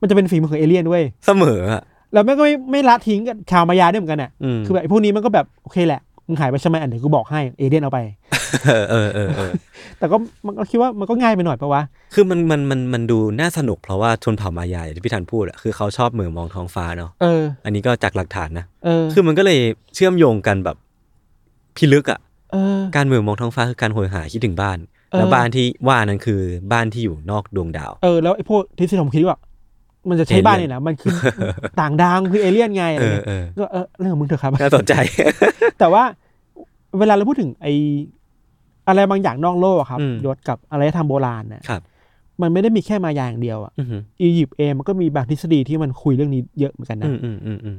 มันจะเป็นฝีมือของเอเลี่ยนด้วย
เสมออ่ะ
แล้วแม่งก็ไม่ไม่ละทิ้งกับชาวมายาด้วยเหมือนกันอ่ะ
อืม
คือแบบไอ้พวกนี้มันก็แบบโอเคแหละมึงหายไปใช่ไหมอันเดี๋ยวกูบอกให้เอเลี่ยนเอาไป
เออเออเออเออ
แต่ก็มันก็คิดว่ามันก็ง่ายไปหน่อยปะวะ
คือมันมันมันมันดูน่าสนุกเพราะว่าชนเผ่ามายาอย่างที่พี่ธันพูดอะคือเขาชอบเหมือมองท้องฟ้าเนาะ
เออ
อันนี้ก็จากหลักฐานนะ
เออ
คือมันก็เลยเชื่อมโยงกันแบบพิลึกอะ
เออ
การเหมือนมองท้องฟ้าคือการโหยหาคิดถึงบ้าน
เออ
แล้วบ้านที่ว่านั้นคือบ้านที่อยู่นอกดวงดาว
เออแล้วไอ้พวกทฤษฎีสมคบคิดว่ามันจะใช้บ้านเนี่ยนะมันคือ ต่างดาวมันคือเอเลี่ยนไงอะไร
เออ
เงี้ย
เออ
ก็เออเรื่องของมึงเถอะครับ
น่าสนใจ
แต่ว่าเวลาเราพูดถึงไอ อะไรบางอย่างนอกโลกอะครับ
อืม
ยศกับอะไรทำโบราณนะครับ มันไม่ได้มีแค่มายาอย่างเดียวอะ
อือหือ
อียิปต์เองมันก็มีบางทฤษฎีที่มันคุยเรื่องนี้เยอะเหมือนกัน
อื
นะ
มอืมอืมอืม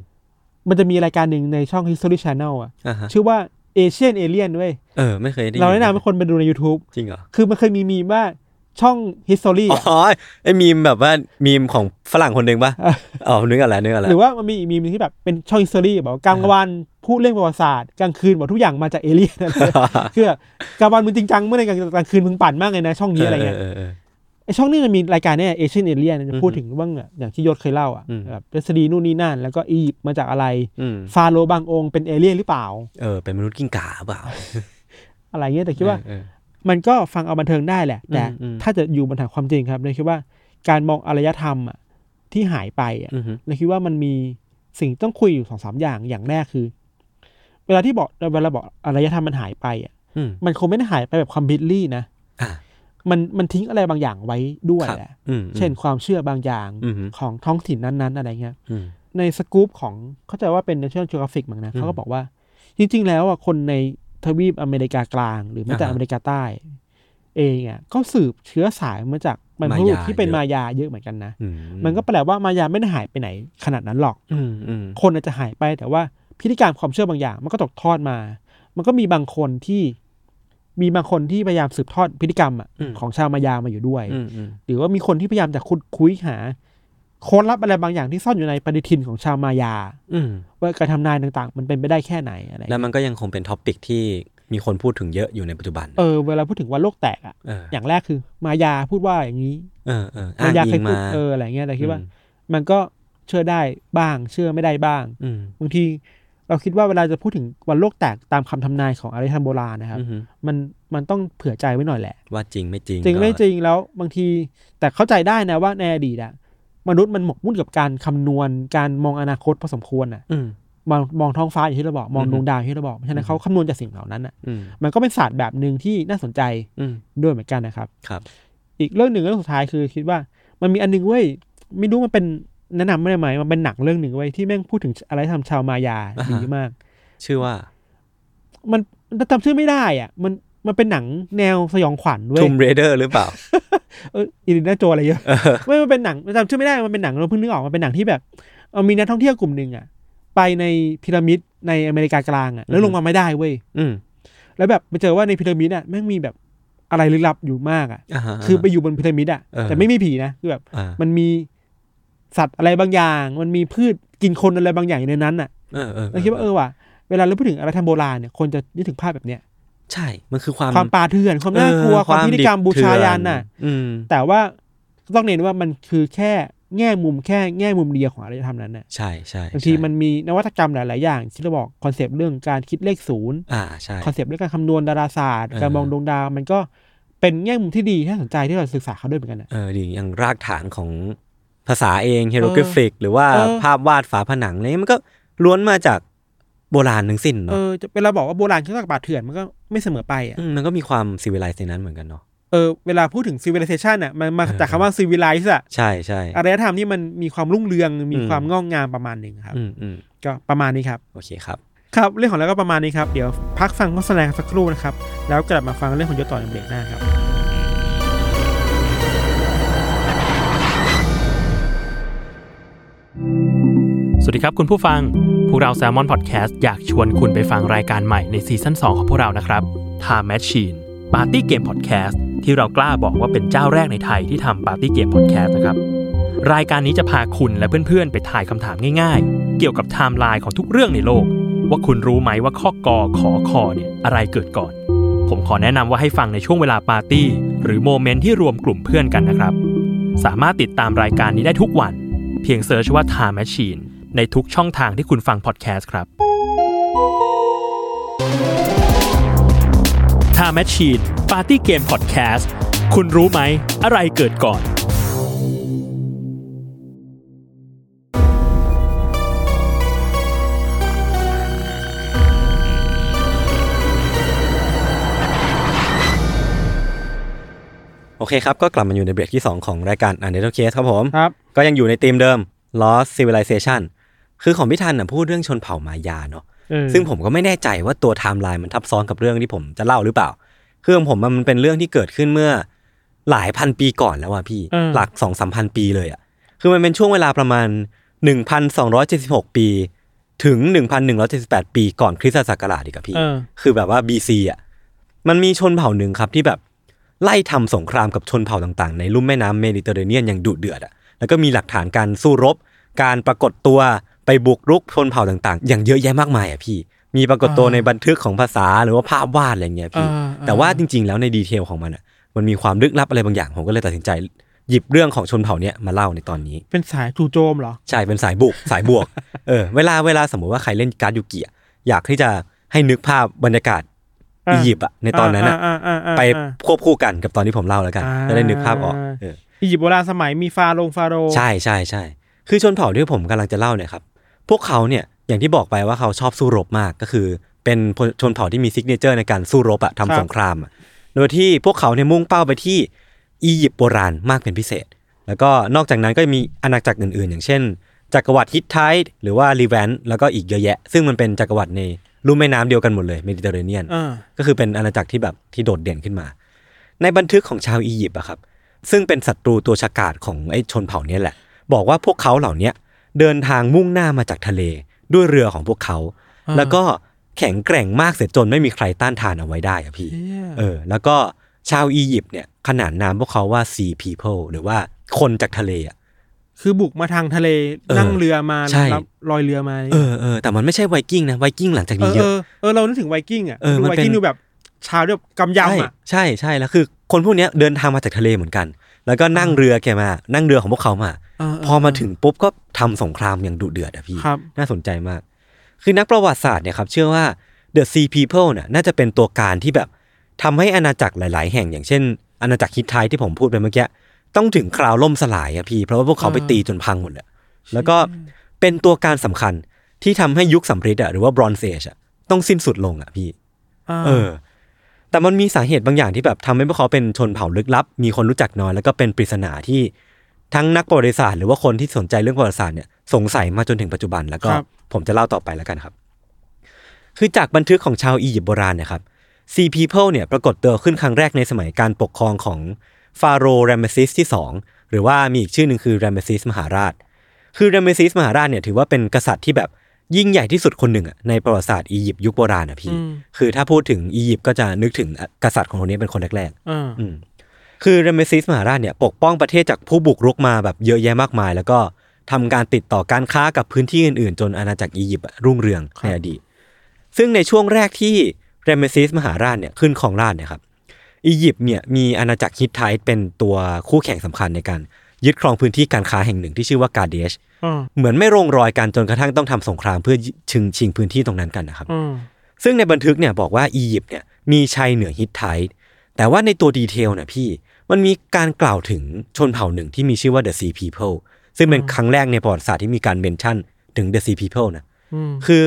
มันจะมีรายการหนึ่งในช่อง History Channel อะ
อ่าฮะ
ชื่อว่า Asian Alien เว้ย
เออ ไม่เคยได้ยิ
เราแนะนำให้คนไปดูใน YouTube
จริงเหรอ
คือมันเคยมีมีมว่าช่อง History อะ
อ๋อไอ้มีมแบบว่ามีมของฝรั่งคนหนึ่งปะ
เออ
อ๋อนึกอะไรนึกอะไร
หรือว่ามันมีอีกมีมหนึ่งที่แบบเป็นช่อง History แบบว่ากลางวันพูดเรื่องประวัติศาสตร์กลางคืนบอกทุกอย่างมาจากเอเลี่ยนอะไร เงี้ย คือกลางวันมึงจริงจังเมื่อในกลางกลางคืนมึงปั่นมากเลยนะช่องนี้อะไรเงี้ยไอช่องนี้มันมีรายการเนี่ยเอเชียนเอเลียนจะพูด
อือฮึ
ถึงเรื่องอะอย่างที่ยศเคยเล่าอ่ะ
อืม
แบบทฤษฎีนู่นนี่นั่น แล้วก็อียิปต์มาจากอะไร
อืม
ฟาโรห์บางองค์เป็นเอเลี่ยนหรือเปล่า
เออเป็นมนุษย์กิ้งก่าเปล่า
อะไรเงี้ยแต่คิดว่า
เออ
มันก็ฟังเอาบันเทิงได้แหละ แต่
อืม
ถ้าจะอยู่บนฐานความจริงครับเลยคิดว่าการมองอารยธรรมอ่ะที่หายไปอ่ะ
เอออือหือ
เลยคิดว่ามันมีสิ่งต้องคุยอยู่สองสามอย่างอย่างแรกคือ เวลาที่บอกเวลาบอกอารยธรรมมันหายไปอ่ะ
อืม
มันคงไม่ได้หายไปแบบคอมพิวลี่นะ
อ่ะ
มันมันทิ้งอะไรบางอย่างไว้ด้วย
ครับ
แหละ
อืม
เช่นความเชื่อบางอย่าง
อือหือ
ของท้องถิ่นนั้นๆ อะไรเงี้ย
อืม
ในสกู๊ปของเข้าใจว่าเป็น National Geographic มั้งนะ
อืม
เขาก็บอกว่า จริง ๆ แล้วอ่ะคนในทวีปอเมริกากลาง หรือแม้แต่
อ่าฮะ
อเมริกาใต้ เองอ่ะก็สืบเชื้อสายมาจากบรรพบุ
มา
รุษ
ยา
ที่เป็น
เยอะ
มายาเยอะเหมือนกันนะ
อื
มันก็แปลว่ามายาไม่ได้หายไปไหนขนาดนั้นหรอก
อืมอืม
คนอาจจะหายไปแต่ว่าพิธีกรรมความเชื่อบางอย่าง มันก็ตกทอดมา มันก็มีบางคนที่มีบางคนที่พยายามสืบทอดพิธีกรรมอะของชาวมายามาอยู่ด้วย
อืมอืม
หรือว่ามีคนที่พยายามจะคุดคุยหาค้นลับอะไรบางอย่างที่ซ่อนอยู่ในปฏิทินของชาวมายา
อืม
ว่าการทำนายต่างๆ มันเป็นไปได้แค่ไหนอะไร
แล้วมันก็ยังคงเป็นท็อปิกที่มีคนพูดถึงเยอะอยู่ในปัจจุบัน
เออเวลาพูดถึงว่าโลกแตกอะ
เออ
อย่างแรกคือมายาพูดว่าอย่างนี้
เออเอออ้าม
าง ยา
อิ
เคย
ง
พูด
มา
เอออะไรเงี้ยแต่คิดว่า
อืม
มันก็เชื่อได้บ้าง เชื่อไม่ได้บ้าง
อืม
บางทีเราคิดว่าเวลาจะพูดถึงวันโลกแตกตามคำทำนายของอารยธรรมโบราณนะครับ
อืม
มันมันต้องเผื่อใจไว้หน่อยแหละ
ว่าจริงไม่จริง
จริงไม่
ก็
จริงแล้วบางทีแต่เข้าใจได้นะว่าในอดีตอะมนุษย์มันหมกมุ่นกับการคำนวณการมองอนาคตพอสมควรอะ
อืม
มองมองท้องฟ้าอย่างที่เราบอกมอง
อือฮึ
ดวงดาวอย่างที่เราบอกเพราะฉะนั้นเขาคำนวณจากสิ่งเหล่านั้นอะ
อืม
มันก็เป็นศาสตร์แบบหนึ่งที่น่าสนใจ
อืม
ด้วยเหมือนกันนะครับ
ครับ
อีกเรื่องหนึ่งเรื่องสุดท้ายคือคิดว่ามันมีอันนึงเว้ยไม่รู้มันเป็นแนะนำไม่ได้ไหมมันเป็นหนังเรื่องหนึ่งเว้ยที่แม่งพูดถึงอะไรทำชาวมายา
อ่าฮะ
ดีมาก
ชื่อว่า
มันมันจำชื่อไม่ได้อ่ะ มันมันเป็นหนังแนวสยองขวัญเว้ย
ทูมเรเดอร์หรือเปล่า
เอออิริน่าโจอะไรเยอะ ไม่มันเป็นหนังจำชื่อไม่ได้ มันเป็นหนังเราเพิ่งนึกออกมันเป็นหนังที่แบบเอามีนักท่องเที่ยวกลุ่มหนึ่งอ่ะ ไปในพีระมิดในอเมริกากลางอ่ะ แล้
อื
ว
อฮึ
ลงมาไม่ได้เว้ย
อืม
แล้วแบบไปเจอว่าในพีระมิดอ่ะแม่งมีแบบอะไรลึกลับอยู่มากอ่ะ
อ่าฮะ
คือไปอยู่บนพีระมิดอ่ะ
เออ
แต่ไม่มีผีนะ คือแบบ
อ่า
มันมีสัตว์อะไรบางอย่าง มันมีพืชกินคนอะไรบางอย่างอยู่ในนั้นอ่ะ
เออเออ
เราคิดว่าเออว่ะ เวลาเราพูดถึงอะไรทางโบราณเนี่ย คนจะนึกถึงภาพแบบเนี้ย
ใช่ มันคือความ
ความป่าเถื่อน ความน่ากลัว
เออ
ความพิธีกรรม
ดิบ
บูชายัน
เถื่อ
น่ะ
อืม
แต่ว่าต้องเน้นว่ามันคือแค่แง่มุมแค่แง่มุมเดียวของอารยธรรมนั้นน่ะ
ใช่ใช่
บางที
ใช่
มันมีนวัตกรรมหลาย ๆ อย่างที่เราบอกคอนเซปต์เรื่องการคิดเลขศูนย์
อ่าใช่
คอนเซปต์เรื่องการคำนวณดาราศาสตร์
เออ
การมองดวงดาว มันก็เป็นแง่มุมที่ดีที่น่าสนใจที่เราศึกษาเขาด้วยเหมือนกันนะ
เออดีอย่างรากฐานของภาษาเองเฮโรกริฟิก หรือว่า
เออ
ภาพวาดฝาผนังอะไรเนี่ยมันก็ล้วนมาจากโบราณทั้งสิ้น
เอ
เนาะ
อจะเวลาบอกว่าโบราณคือกับป่าเถื่อนมันก็ไม่เสมอไปอ่ะ
มมันก็มีความซีวิไลซ์ในนั้นเหมือนกันเนาะ
เออเวลาพูดถึง civilization อ่ะมันมา
เออ
จากคำว่า civilize อ่ะ
ใช่ใช่
อารยธรรมที่มันมีความรุ่งเรืองมี
อืม
ความงอกงามประมาณหนึ่งครับ
อืมอืม
ก็ประมาณนี้ครับ
โอเคครับ
ครับ เรื่องของเราก็ประมาณนี้ครับ เดี๋ยวพักฟังโฆษณาสักครู่นะครับ แล้วกลับมาฟังเรื่องของยศต่อในเบรกหน้าครับ
สวัสดีครับคุณผู้ฟัง พวกเรา s ซ l m o n Podcast อยากชวนคุณไปฟังรายการใหม่ในซีซั่น2 ของพวกเรานะครับ Time Machine Party Game Podcast ที่เรากล้าบอกว่าเป็นเจ้าแรกในไทยที่ทำ Party Game Podcast นะครับ รายการนี้จะพาคุณและเพื่อนๆ ไปถ่ายคำถามง่ายๆ เกี่ยวกับไทม์ไลน์ของทุกเรื่องในโลก ว่าคุณรู้ไหมว่าข้อกอขอคอเนี่ยอะไรเกิดก่อน ผมขอแนะนำว่าให้ฟังในช่วงเวลาปาร์ตี้หรือโมเมนต์ที่รวมกลุ่มเพื่อนกันนะครับ สามารถติดตามรายการนี้ได้ทุกวัน เพียงเซิร์ชว่า Time Machine ในทุกช่องทางที่คุณฟังพอดแคสต์ครับ Time Machine Party Game Podcast คุณรู้ไหม อะไรเกิดก่อน
โอเคครับ ก็กลับมาอยู่ในเบรกที่ 2 ของรายการอันเดอร์เคสครับผม
ครับ
ก็ยังอยู่ในธีมเดิม Lost Civilization คือของพี่ทันน่ะพูดเรื่องชนเผ่ามายาเนาะ ซึ่งผมก็ไม่แน่ใจว่าตัวไทม์ไลน์มันทับซ้อนกับเรื่องที่ผมจะเล่าหรือเปล่า คือของผมอะมันเป็นเรื่องที่เกิดขึ้นเมื่อหลายพันปีก่อนแล้วอะพี่
อืม
หลักสองสามพันปีเลยอะคือมันเป็นช่วงเวลาประมาณหนึ่งพันสองร้อยเจ็ดสิบหกปี ถึงหนึ่งพันหนึ่งร้อยเจ็ดสิบแปดปีก่อนคริสตศักราชอีกอะพี่
เออ
คือแบบว่าบีซีอ่ะมันมีชนเผ่าหนึ่งครับที่แบบไล่ทำสงครามกับชนเผ่าต่างๆ ในลุ่มแม่น้ำเมดิเตอร์เรเนียนอย่างดุเดือดอ่ะแล้วก็มีหลักฐานการสู้รบ การปรากฏตัวไปบุกรุกชนเผ่าต่างๆ อย่างเยอะแยะมากมายอ่ะพี่ มีปรากฏตัว
อ่า
ในบันทึกของภาษาหรือว่าภาพวาดอะไรเงี้ยพี่
อ่าอ่า
แต่ว่าจริงๆแล้วในดีเทลของมันอ่ะมันมีความลึกลับอะไรบางอย่างผมก็เลยตัดสินใจ หยิบเรื่องของชนเผ่าเนี้ยมาเล่าในตอนนี้
เป็นสายจู่โจมเหรอ
ใช่เป็นสายบุก สายบวก เออ เวลาเวลาสมมติว่าใครเล่นการ์ดยูกิอะอยากที่จะให้นึกภาพบรรยากาศ
อ่า
อียิปต์อะในตอนนั้นอะ
อ่าอ่าอ่า
ไป
อ่า
ควบคู่กันกับตอนที่ผมเล่าแล้วกัน
อ่า
จะได้นึกภาพออกเออ
อียิปต์โบราณสมัยมีฟาโรงฟาโรห์
ใช่ใช่ใช่คือชนเผ่าที่ผมกำลังจะเล่าเนี่ยครับพวกเขาเนี่ยอย่างที่บอกไปว่าเขาชอบสู้รบมากก็คือ เป็นชนเผ่าที่มีซิกเนเจอร์ในการสู้รบอะทำสงครามอะโดยที่พวกเขาเนี่ยมุ่งเป้าไปที่อียิปต์โบราณมากเป็นพิเศษ แล้วก็นอกจากนั้นก็มีอาณาจักรอื่น ๆ อย่างเช่น จักรวรรดิฮิตไทต์หรือว่าลีแวนแล้วก็อีกเยอะแยะ ซึ่งมันเป็นจักรวรรดิในลุ่มแม่น้ำเดียวกันหมดเลยเมดิเตอร์เรเนียน
เออ
ก็คือเป็นอาณาจักรที่แบบที่โดดเด่นขึ้นมา ในบันทึกของชาวอียิปต์อะครับ ซึ่งเป็นศัตรูตัวฉกาจของไอ้ชนเผ่าเนี้แหละ บอกว่าพวกเขาเหล่าเนี้ยเดินทางมุ่งหน้ามาจากทะเลด้วยเรือของพวกเขา
อ่า
แล้วก็แข็งแกร่งมากเสียจนไม่มีใครต้านทานเอาไว้ได้อะพี่
เหี้ย
เออ แล้วก็ชาวอียิปต์เนี่ยขนานนามพวกเขาว่า sea people หรือว่าคนจากทะเลอะ
คือบุกมาทางทะเล
เออ
นั่งเรือมา
ใช่
แล้วลอยเรือมา
เออเออแต่มันไม่ใช่ไวกิ้งนะไวกิ้งหลังจาก
เอ
นี้
อ
เย
เอ
อะ
อเออเรานึกถึงไวกิ้งอ่ะ
เออ
ดู
มัน
ไว
เป็น
กิ้งดูแบบชาวแบบกำยำอ่ะ
ใช่ใช่ใช่แล้วคือคนพวกเนี้ยเดินทางมาจากทะเลเหมือนกัน แล้วก็นั่งเรือแกมา นั่งเรือของพวกเขามา
เออเออ
พอมาถึงปุ๊บก็ทำสงครามอย่างดุเดือดอะพี่
ครับ
น่าสนใจมาก คือนักประวัติศาสตร์เนี่ยครับเชื่อว่า The Sea People น่ะน่าจะเป็นตัวการที่แบบทำให้อาณาจักรหลาย ๆ แห่งอย่างเช่น อาณาจักรฮิตไทที่ผมพูดไปเมื่อกี้ต้องถึงคราวล่มสลายอะพี่ เพราะว่าพวกเขาไปตีจนพังหมดเลยแล้วก็เป็นตัวการสำคัญที่ทำให้ยุคสำริดอะหรือว่า Bronze Age อะต้องสิ้นสุดลงอะพี่
อ่า
เออ แต่มันมีสาเหตุบางอย่างที่แบบทำให้พวกเขาเป็นชนเผ่าลึกลับ มีคนรู้จักน้อยแล้วก็เป็นปริศนาที่ทั้งนักประวัติศาสตร์หรือว่าคนที่สนใจเรื่องประวัติศาสตร์เนี่ยสงสัยมาจนถึงปัจจุบันแล้วก็
ครับ
ผมจะเล่าต่อไปแล้วกันครับ คือจากบันทึกของชาวอียิปต์โบราณเนะครับ Sea People เนี่ยปรากฏตัวขึ้นครั้งแรกในสมัยการปกครองของฟาโรห์แรมเมซิสที่ 2 หรือว่ามีอีกชื่อหนึ่งคือแรมเมซิสมหาราช คือแรมเมซิสมหาราชเนี่ยถือว่าเป็นกษัตริย์ที่แบบยิ่งใหญ่ที่สุดคนหนึ่งอะในประวัติศาสตร์อียิปต์ยุคโบราณอะพี่
อืม
คือถ้าพูดถึงอียิปต์ก็จะนึกถึงกษัตริย์ของคนนี้เป็นคนแรก
เออ
ๆอืมคือเรเมซิสมหาราชเนี่ยปกป้องประเทศจากผู้บุกรุกมาแบบเยอะแยะมากมาย แล้วก็ทำการติดต่อการค้ากับพื้นที่อื่นๆ จนอาณาจักรอียิปต์อะรุ่งเรืองในอดีต ซึ่งในช่วงแรกที่เรเมซิสมหาราชเนี่ยขึ้นครองราชย์เนี่ยครับ อียิปต์เนี่ยมีอาณาจักรฮิตไทต์เป็นตัวคู่แข่งสำคัญในการ ยึดครองพื้นที่การค้าแห่งหนึ่งที่ชื่อว่ากาเดช
เออ
เหมือนไม่ลงรอยกันจนกระทั่งต้องทำสงครามเพื่อชิงชิงพื้นที่ตรงนั้นกันนะครับ
เออ
ซึ่งในบันทึกเนี่ยบอกว่าอียิปต์เนี่ยมีชัยเหนือฮิตไทต์แต่ว่าในตัวดีเทลเนี่ยพี่มันมีการกล่าวถึงชนเผ่าหนึ่งที่มีชื่อว่า The Sea People ซึ่งเป็นครั้งแรกในประวัติศาสตร์ที่มีการเมนชั่นถึง The Sea People นะ
อืม
คือ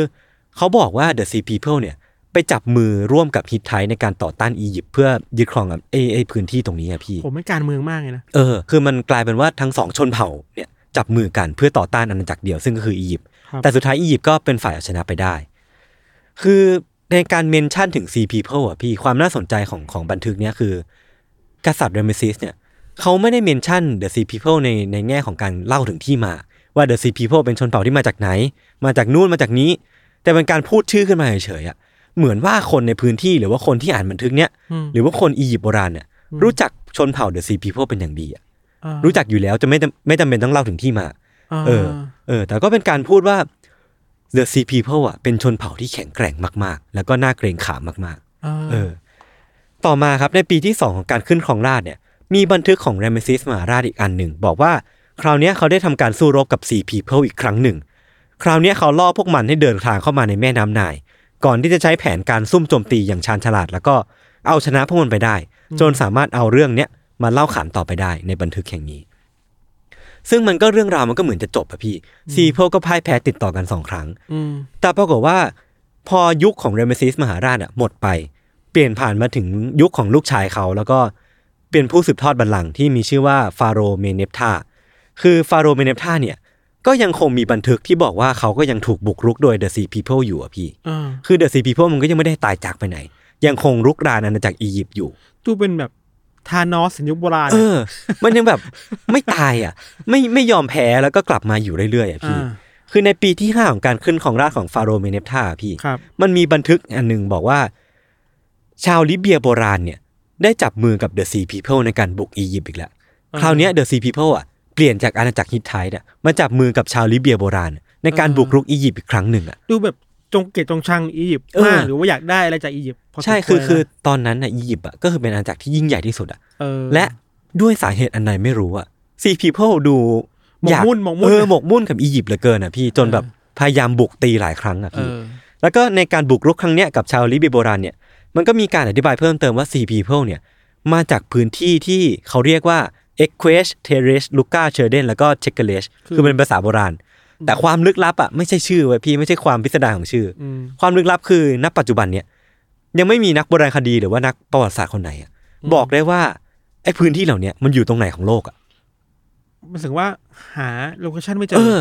เขาบอกว่า The Sea People เนี่ยไปจับมือร่วมกับฮิตไทต์ในการต่อต้านอียิปต์เพื่อยึดครองกับไอ้ไอ้พื้นที่ตรงนี้อะพี่
ผมเป็นการเมืองมากเลยนะ
เออ คือมันกลายเป็นว่าทั้งสองชนเผ่าเนี่ยจับมือกันเพื่อต่อต้านอาณาจักรเดียวซึ่งก็คืออียิปต์
ครับ
แต่สุดท้ายอียิปต์ก็เป็นฝ่ายเอาชนะไปได้ คือในการเมนชั่นถึง Sea People อ่ะพี่ ความน่าสนใจของของบันทึกเนี่ยคือ กษัตริย์เรเมซิสเนี่ยเขาไม่ได้เมนชั่น The Sea People ในในแง่ของการเล่าถึงที่มา ว่า The Sea People เป็นชนเผ่าที่มาจากไหน มาจากนู่นมาจากนี้ แต่เป็นการพูดชื่อขึ้นมาเฉยๆอะเหมือนว่าคนในพื้นที่หรือว่าคนที่อ่านบันทึกเนี่ย
อืม
หรือว่าคนอียิปต์โบราณเนี่ยรู้จักชนเผ่าเดอะซีพีพวเป็นอย่างดีอะ
อ่า
รู้จักอยู่แล้วจะไม่จำไม่จำเป็นต้องเล่าถึงที่มา
า
เออ เออ แต่ก็เป็นการพูดว่า The Sea People อ่ะเป็นชนเผ่าที่แข็งแกร่งมากๆ แล้วก็น่าเกรงขามมาก
อ่า
ๆ เออ ต่อมาครับในปีที่ 2 ของการขึ้นครองราชย์เนี่ย มีบันทึกของแรมซิสมหาราชอีกอันหนึ่ง บอกว่าคราวเนี้ยเขาได้ทำการสู้รบกับ Sea People อีกครั้งหนึ่ง คราวเนี้ยเขาล่อพวกมันให้เดินทางเข้ามาในแม่น้ำไนาย ก่อนที่จะใช้แผนการซุ่มโจมตีอย่างชาญฉลาด แล้วก็เอาชนะพวกมันไปได้ จนสามารถเอาเรื่องเนี้ยมาเล่าขานต่อไปได้ในบันทึกแห่งนี้ ซึ่งมันก็เรื่องราวมันก็เหมือนจะจบอะพี่ซีเพลก็พ่ายแพ้ติดต่อกันสองครั้ง
อืม
แต่ปรากฏว่า พอยุคของเรเมซิสมหาราชอะหมดไป เปลี่ยนผ่านมาถึงยุคของลูกชายเขา แล้วก็เป็นผู้สืบทอดบัลลังก์ที่มีชื่อว่าฟาโรห์เมเนปทาคือฟาโรห์เมเนปทาเนี่ย ก็ยังคงมีบันทึกที่บอกว่าเขาก็ยังถูกบุกรุกโดยเดอะซีพีเพิลอยู่อะพี่
อ่า
คือเดอะซีพีเพิลมันก็ยังไม่ได้ตายจากไปไหน ยังคงรุกรานอาณาจักรอียิปต์อยู่
ดูเป็นแบบทานอสสัญญุคโบราณ
เออ มันยังแบบไม่ตายอ่ะ ไม่ไม่ยอมแพ้แล้วก็กลับมาอยู่เรื่อยๆอ่ะพี่
อ่า
คือในปีที่ห้าของการขึ้นของราชย์ของฟาโรห์เมเนปท่าอะพี่
ครับ
มันมีบันทึกอันหนึ่งบอกว่า ชาวลิเบียโบราณเนี่ย ได้จับมือกับเดอะซีพีเพิลในการบุกอียิปต์อีกแล้ว
อ่า
คราวเนี้เดอะซีพีเพิลอ่ะเปลี่ยนจากอาณาจักรฮิตไทต์อ่ะมาจับมือกับชาวลิเบียโบราณ ในการ
อ่า
บุกรุกอียิปต์อีกครั้งหนึ่งอ่ะ
ดูแบบจงเกลียดจงชังอียิปต์
เออ
มากหรือว่าอยากได้อะไรจากอียิปต์พ
ใช่
สม
คือ
วร
คือ
นะ
ตอนนั้นน่ะอียิปต์อ่ะก็คือเป็นอาณาจักรที่ยิ่งใหญ่ที่สุดอ่ะ
เออ
และด้วยสาเหตุอันใดไม่รู้อ่ะซีพีเพิลดู
หมก
อยา
มุ่นหมกมุ่น
เออหมกมุ่นกับอียิปต์เหลือเกินอ่ะพี่จน
เออ
แบบพยายามบุกตีหลายครั้งอ่ะ
เอ
พี่
อ
แล้วก็ในการบุกรุกครั้งเนี้ยกับชาวลิเบียโบราณเนี่ยมันก็มีการอธิบายเพิ่มเติมว่า Sea People เนี่ยมาจากพื้นที่ที่เขาเรียกว่า e q u e s t e r e s l u c a c h e r d e n แล้วก็ c h e c k e l e s คือมันเป็นภาษาโบราณ แต่ความลึกลับอ่ะไม่ใช่ชื่อเว้ยพี่ไม่ใช่ความพิสดารของชื่ออ
อืม
ความลึกลับคือณปัจจุบันเนี่ยยังไม่มีนักโบราณคดีหรือว่านักประวัติศาสตร์คนไหนอะบอกได้ว่าไอ้พื้นที่เหล่าเนี้ยมันอยู่ตรงไหนของโลกอ่ะ
มันถึงว่าหาโลเคชั่นไม่เจ
เอ
อ
อ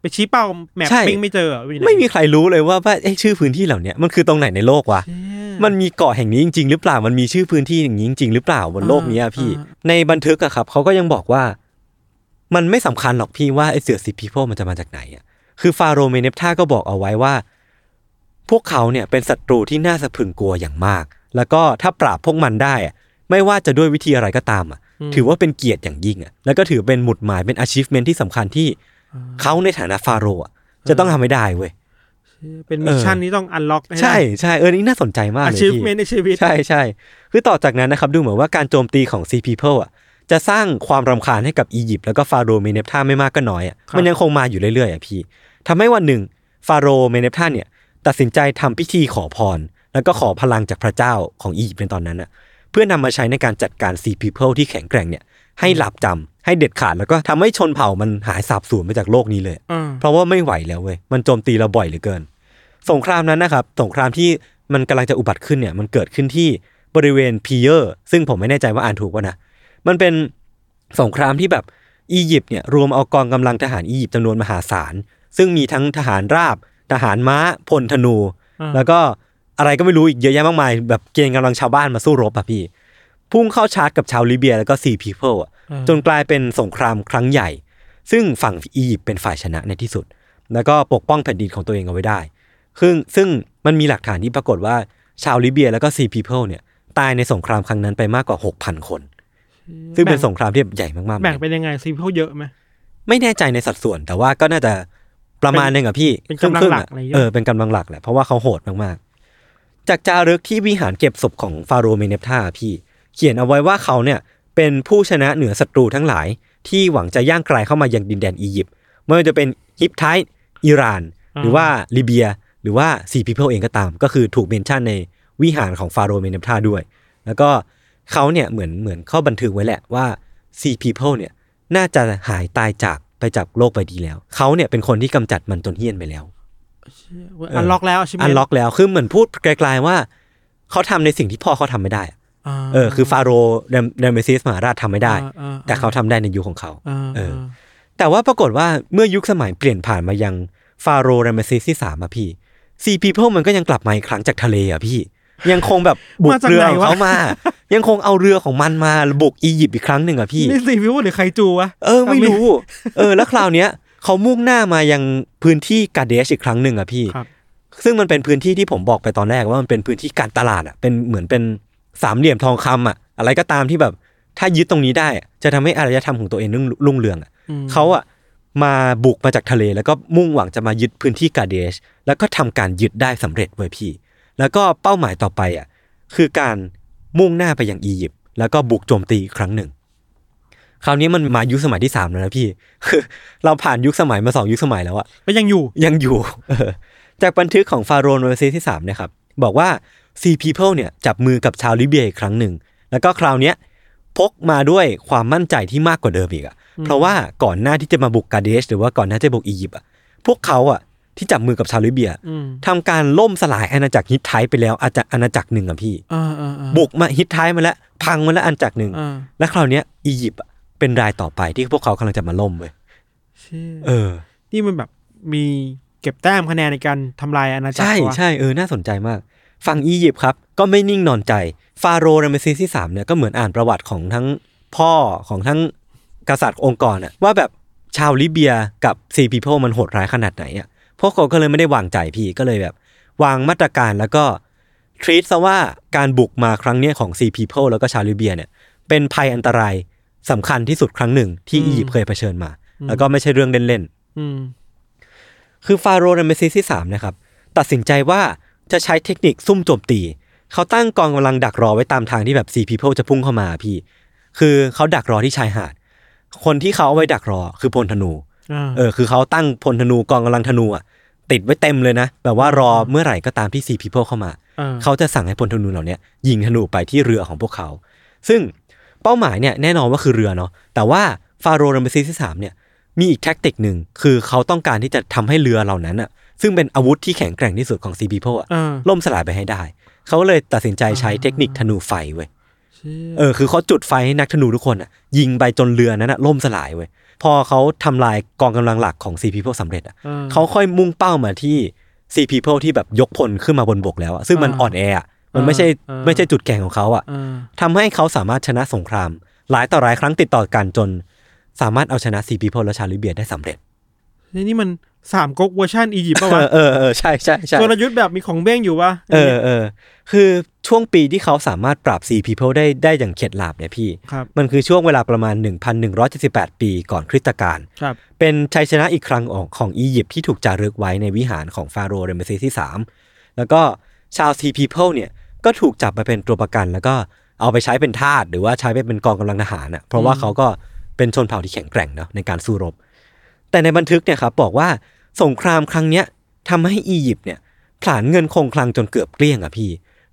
ไปชี้เป้าแมป
ใช่
ปิ้งไม่เจอเหรอว่าอยู่หน
ไม่มีใครรู้เลยว่าว่าไอ้ชื่อพื้นที่เหล่าเนี้ยมันคือตรงไหนในโลกวะ
เชี่ย
มันมีเกาะแห่งนี้จริง ๆ หรือเปล่า มันมีชื่อพื้นที่อย่างนี้จริง ๆ หรือเปล่าบนโลกนี้อะพี่
อ่า
ในบันทึกอะครับเขาก็ยังบอกว่า มันไม่สำคัญหรอกพี่ว่าไอเสือซีพีโพมันจะมาจากไหนอะคือฟาโรห์เมเนปท่าก็บอกเอาไว้ว่า พวกเขาเนี่ยเป็นศัตรูที่น่าสะพรึงกลัวอย่างมาก แล้วก็ถ้าปราบพวกมันได้อะไม่ว่าจะด้วยวิธีอะไรก็ตามอะถือว่าเป็นเกียรติอย่างยิ่งอะแล้วก็ถือเป็นหมุดหมายเป็น achievement ที่สำคัญที่เขาในฐานะฟาโรห์อะจะต้องทำให้ได้เว้ย
เป็นมิชชั่นที่ต้องอันล็อก
ใช่ใช่เออนี่น่าสนใจมาก
อา
เลย
ชีพ
พี่
เมนในชีวิต
ใช่ใช่คือต่อจากนั้นนะครับดูเหมือนว่าการโจมตีของ Sea People อ่ะจะสร้างความรำคาญให้กับอียิปต์แล้วก็ฟาโรห์เมเนปท่าไม่มากก็น้อยอ่ะมันยังคงมาอยู่เรื่อยๆอ่ะพี่ทำให้วันหนึ่งฟาโรห์เมเนปท่าเนี่ยตัดสินใจทำพิธีขอพร แล้วก็ขอพลังจากพระเจ้าของอียิปต์ในตอนนั้นอ่ะเพื่อนำมาใช้ในการจัดการ Sea People ที่แข็งแกร่งเนี่ยให้หลับจำให้เด็ดขาดแล้วก็ทำให้ชนเผ่ามันหายสาบสูญไปจากโลกนี้เลย
อ่า
เพราะว่าไม่ไหวแล้วเว้ย มันโจมตีเราบ่อยเหลือเกิน สงครามนั้นนะครับ สงครามที่มันกำลังจะอุบัติขึ้นเนี่ย มันเกิดขึ้นที่บริเวณพีเยอร์ ซึ่งผมไม่แน่ใจว่าอ่านถูกป่ะนะ มันเป็นสงครามที่แบบอียิปต์เนี่ยรวมเอากองกำลังทหารอียิปต์จำนวนมหาศาล ซึ่งมีทั้งทหารราบ ทหารม้า พลธนู แล้วก็อะไรก็ไม่รู้อีกเยอะแยะมากมาย แบบเกณฑ์กำลังชาวบ้านมาสู้รบอะพี่ พุ่งเข้าชาร์จกับชาวลิเบียแล้วก็ซีพีเพิลอะจนกลายเป็นสงครามครั้งใหญ่ ซึ่งฝั่งอียิปต์เป็นฝ่ายชนะในที่สุด แล้วก็ปกป้องแผ่นดินของตัวเองเอาไว้ได้ ซึ่งซึ่งมันมีหลักฐานที่ปรากฏว่าชาวลิเบียแล้วก็ซีพีเพิลเนี่ยตายในสงครามครั้งนั้นไปมากกว่า 6,000 คน ซึ่งเป็นสงครามที่ใหญ่มากๆเหมือน
แบ่ง
กัน
เป็นยังไงซีพวกเยอะไหม
ไม่แน่ใจในสัดส่วนแต่ว่าก็น่าจะประมาณหนึงอะพี่
เป็นกำลังหลัก
ค
อะไรอ
รึ่ๆอะ
ย่างเงี้ย
เออเป็นกำลังหลักแหละเพราะว่าเขาโหดมากๆ จากจารึกที่วิหารเก็บศพของฟาโรห์เมเนปท่าพี่ เขียนเอาไว้ว่าเขาเนี่ยเป็นผู้ชนะเหนือศัตรูทั้งหลาย ที่หวังจะย่างไกลเข้ามายังดินแดนอียิปต์ไม่ว่าจะเป็นฮิปไทต์อิหร่าน หรือว่าลิเบีย หรือว่าซีพีเพิลเองก็ตาม ก็คือถูกเมนชั่นในวิหารของฟาโรห์เมเนปท่าด้วย แล้วก็เขาเนี่ยเหมือนเหมือนเข้าบันทึกไว้แหละว่า Sea People เนี่ยน่าจะหายตายจากไปจากโลกไปดีแล้ว เขาเนี่ยเป็นคนที่กำจัดมันจนเฮี้ยนไปแล้ว
อันล็อกแล้วใช่ไหม
อันล็อกแล้วคือเหมือนพูดไกลๆว่า เขาทำในสิ่งที่พ่อเขาทำไม่ได้อะ
า
เออคือฟาโรห์เดมเดเมซิสมหาราชทำไม่ได้
อ่อ่
แต่เขาทำได้ในยุคของเขา
อ่า
เออ แต่ว่าปรากฏว่าเมื่อยุคสมัยเปลี่ยนผ่านมายังฟาโรห์เรมเซสที่สามอะพี่ซีพีเพิลมันก็ยังกลับมาอีกครั้งจากทะเลอะพี่ ยังคงแบบบุกเรือของเขามา ยังคงเอาเรือของมันมาบุกอียิปต์อีกครั้งหนึ่งอะพี่
นี่ซีพวกหรือใครจูวะ
เออไม่รู้ เออ แล้วคราวเนี้ยเขามุ่งหน้ามายังพื้นที่กาเดชอีกครั้งหนึ่งอะพี่
ครับ
ซึ่งมันเป็นพื้นที่ที่ผมบอกไปตอนแรกว่ามันเป็นพื้นที่การตลาดอะเป็นเหมือนเป็นสามเหลี่ยมทองคำอะอะไรก็ตามที่แบบ ถ้ายึดตรงนี้ได้อะจะทำให้อารยธรรมของตัวเองรุ่งรุ่งเรืองอะ
อืม
เขาอะมาบุกมาจากทะเล แล้วก็มุ่งหวังจะมายึดพื้นที่กาเดชแล้วก็ทำการยึดได้สำเร็จเว้ยพี่ แล้วก็เป้าหมายต่อไปอะคือการมุ่งหน้าไปยังอียิปต์แล้วก็บุกโจมตีอีกครั้งหนึ่ง คราวนี้มันมายุคสมัยที่สามแล้วนะพี่ คือเราผ่านยุคสมัยมาสองยุคสมัยแล้วอะ
ก็ยังอยู่
ยังอยู่ เออจากบันทึกของฟาโรห์โนเวซีที่สามเนะครับ บอกว่าซีพีเพิลเนี่ยจับมือกับชาวลิเบียอีกครั้งหนึ่ง แล้วก็คราวเนี้ยพกมาด้วยความมั่นใจที่มากกว่าเดิมอีกอะเพราะว่าก่อนหน้าที่จะมาบุกกาเดชหรือว่าก่อนหน้าจะบุกอียิปต์อะพวกเขาอะที่จับมือกับชาวลิเบีย
อืม
ทำการล่มสลายอาณาจักรฮิตไทต์ไปแล้วอาจจะอาณาจักรหนึ่งอะพี่
อ่าอ่าอ่า
บุกมาฮิตไทต์มาแล้วพังมาแล้วอาณาจักรหนึ่ง
อ่า
และคราวเนี้ยอียิปต์อะเป็นรายต่อไปที่พวกเขากำลังจะมาล่มเว้ย
เชี่ย
เออ
นี่มันแบบมีเก็บแต้มคะแนนในการทำลายอาณาจักร
ใช่
วะ
ใช่เออน่าสนใจมาก ฝั่งอียิปต์ครับ ก็ไม่นิ่งนอนใจ ฟาโรห์ราเมซิสที่สามเนี่ยก็เหมือนอ่านประวัติของทั้งพ่อของทั้งกษัตริย์องค์กรอะว่าแบบชาวลิเบียกับซีพีเพลมันโหดร้ายขนาดไหนอะพวกเขาก็เลยไม่ได้วางใจพี่ก็เลยแบบ วางมาตรการแล้วก็ทรีตซะว่าการบุกมาครั้งเนี้ยของซีพีเพลแล้วก็ชาวลิเบียเนี่ยเป็นภัยอันตรายสำคัญที่สุดครั้งหนึ่งที่
อืม
อียิปต์เคยเผชิญมา แล้วก็ไม่ใช่เรื่องเล่นๆ
อืม
คือฟาโรห์รามเซสที่สามนะครับตัดสินใจว่าจะใช้เทคนิคซุ่มโจมตี เขาตั้งกองกำลังดักรอไว้ตามทางที่แบบซีพีเพจะพุ่งเข้ามาพี่ คือเขาดักรอที่ชายหาด คนที่เขาเอาไว้ดักรอคือพลธนู
อ่า
เออคือเขาตั้งพลธนูกองกำลังธนูอ่ะติดไว้เต็มเลยนะ แบบว่ารอเมื่อไหร่ก็ตามที่ซีพีเพเข้ามา
อ่
เขาจะสั่งให้พลธนูเหล่าเนี้ยยิงธนูไปที่เรือของพวกเขา ซึ่งเป้าหมายเนี่ยแน่นอนว่าคือเรือเนาะ แต่ว่าฟาโรห์รัมเบซิสที่สามเนี่ยมีอีกแท็กติกหนึ่งคือเขาต้องการที่จะทำให้เรือเหล่านั้นอ่ะซึ่งเป็นอาวุธที่แข็งแกร่งที่สุดของซีบีโพอ่ะ
อ่า
ล่มสลายไปให้ได้ เขาเลยตัดสินใจใช้เทคนิคธนูไฟเว้ย
เชี่ย
เออคือเขาจุดไฟให้นักธนูทุกคนอ่ะยิงไปจนเรือนั้นอ่ะล่มสลายเว้ย พอเขาทำลายกองกำลังหลักของซีพีโพสำเร็จอ่ะ
ออ
เขาค่อยมุ่งเป้ามาที่ซีพีเพที่แบบยกพลขึ้นมาบนบกแล้วอะซึ่งมัน
อ่า
อ่อนแออะมันไม่ใช่
อ่า
ไม่ใช่จุดแข็งของเขาอะ
เออ
ทำให้เขาสามารถชนะสงคราม หลายต่อหลายครั้งติดต่อกันจน สามารถเอาชนะซีพีเพและชาวลิเบียได้สำเร็จ
นี่นี่มันสามก๊กเวอร์ชันอียิปต์
เอ
ปะวะ
อเออเออใช่ใช่ใช่
กลยุทธ์แบบมีของเบ้งอยู่ปะ
เออเออคือช่วงปีที่เขาสามารถปราบซีพีเพได้ได้อย่างเข็ดหลาบเนี่ยพี่
ครับ
มันคือช่วงเวลาประมาณ 1,178 ปีก่อนคริสตกาล
ครับ
เป็นชัยชนะอีกครั้งของของอียิปต์ที่ถูกจารึกไว้ในวิหารของฟาโรห์เรมเซสที่ 3 แล้วก็ชาวซีพีเพิลเนี่ยก็ถูกจับมาเป็นตัวประกัน แล้วก็เอาไปใช้เป็นทาสหรือว่าใช้ไปเป็นกองกำลังทหารอ่ะเพราะว่าเขาก็เป็นชนเผ่าที่แข็งแกร่งเนาะในการสู้รบ แต่ในบันทึกเนี่ยครับบอกว่าสงครามครั้งเนี้ยทำให้อียิปต์เนี่ยผลาญเงินคงคลังจนเกือบเกลี้ยงอ่ะพี่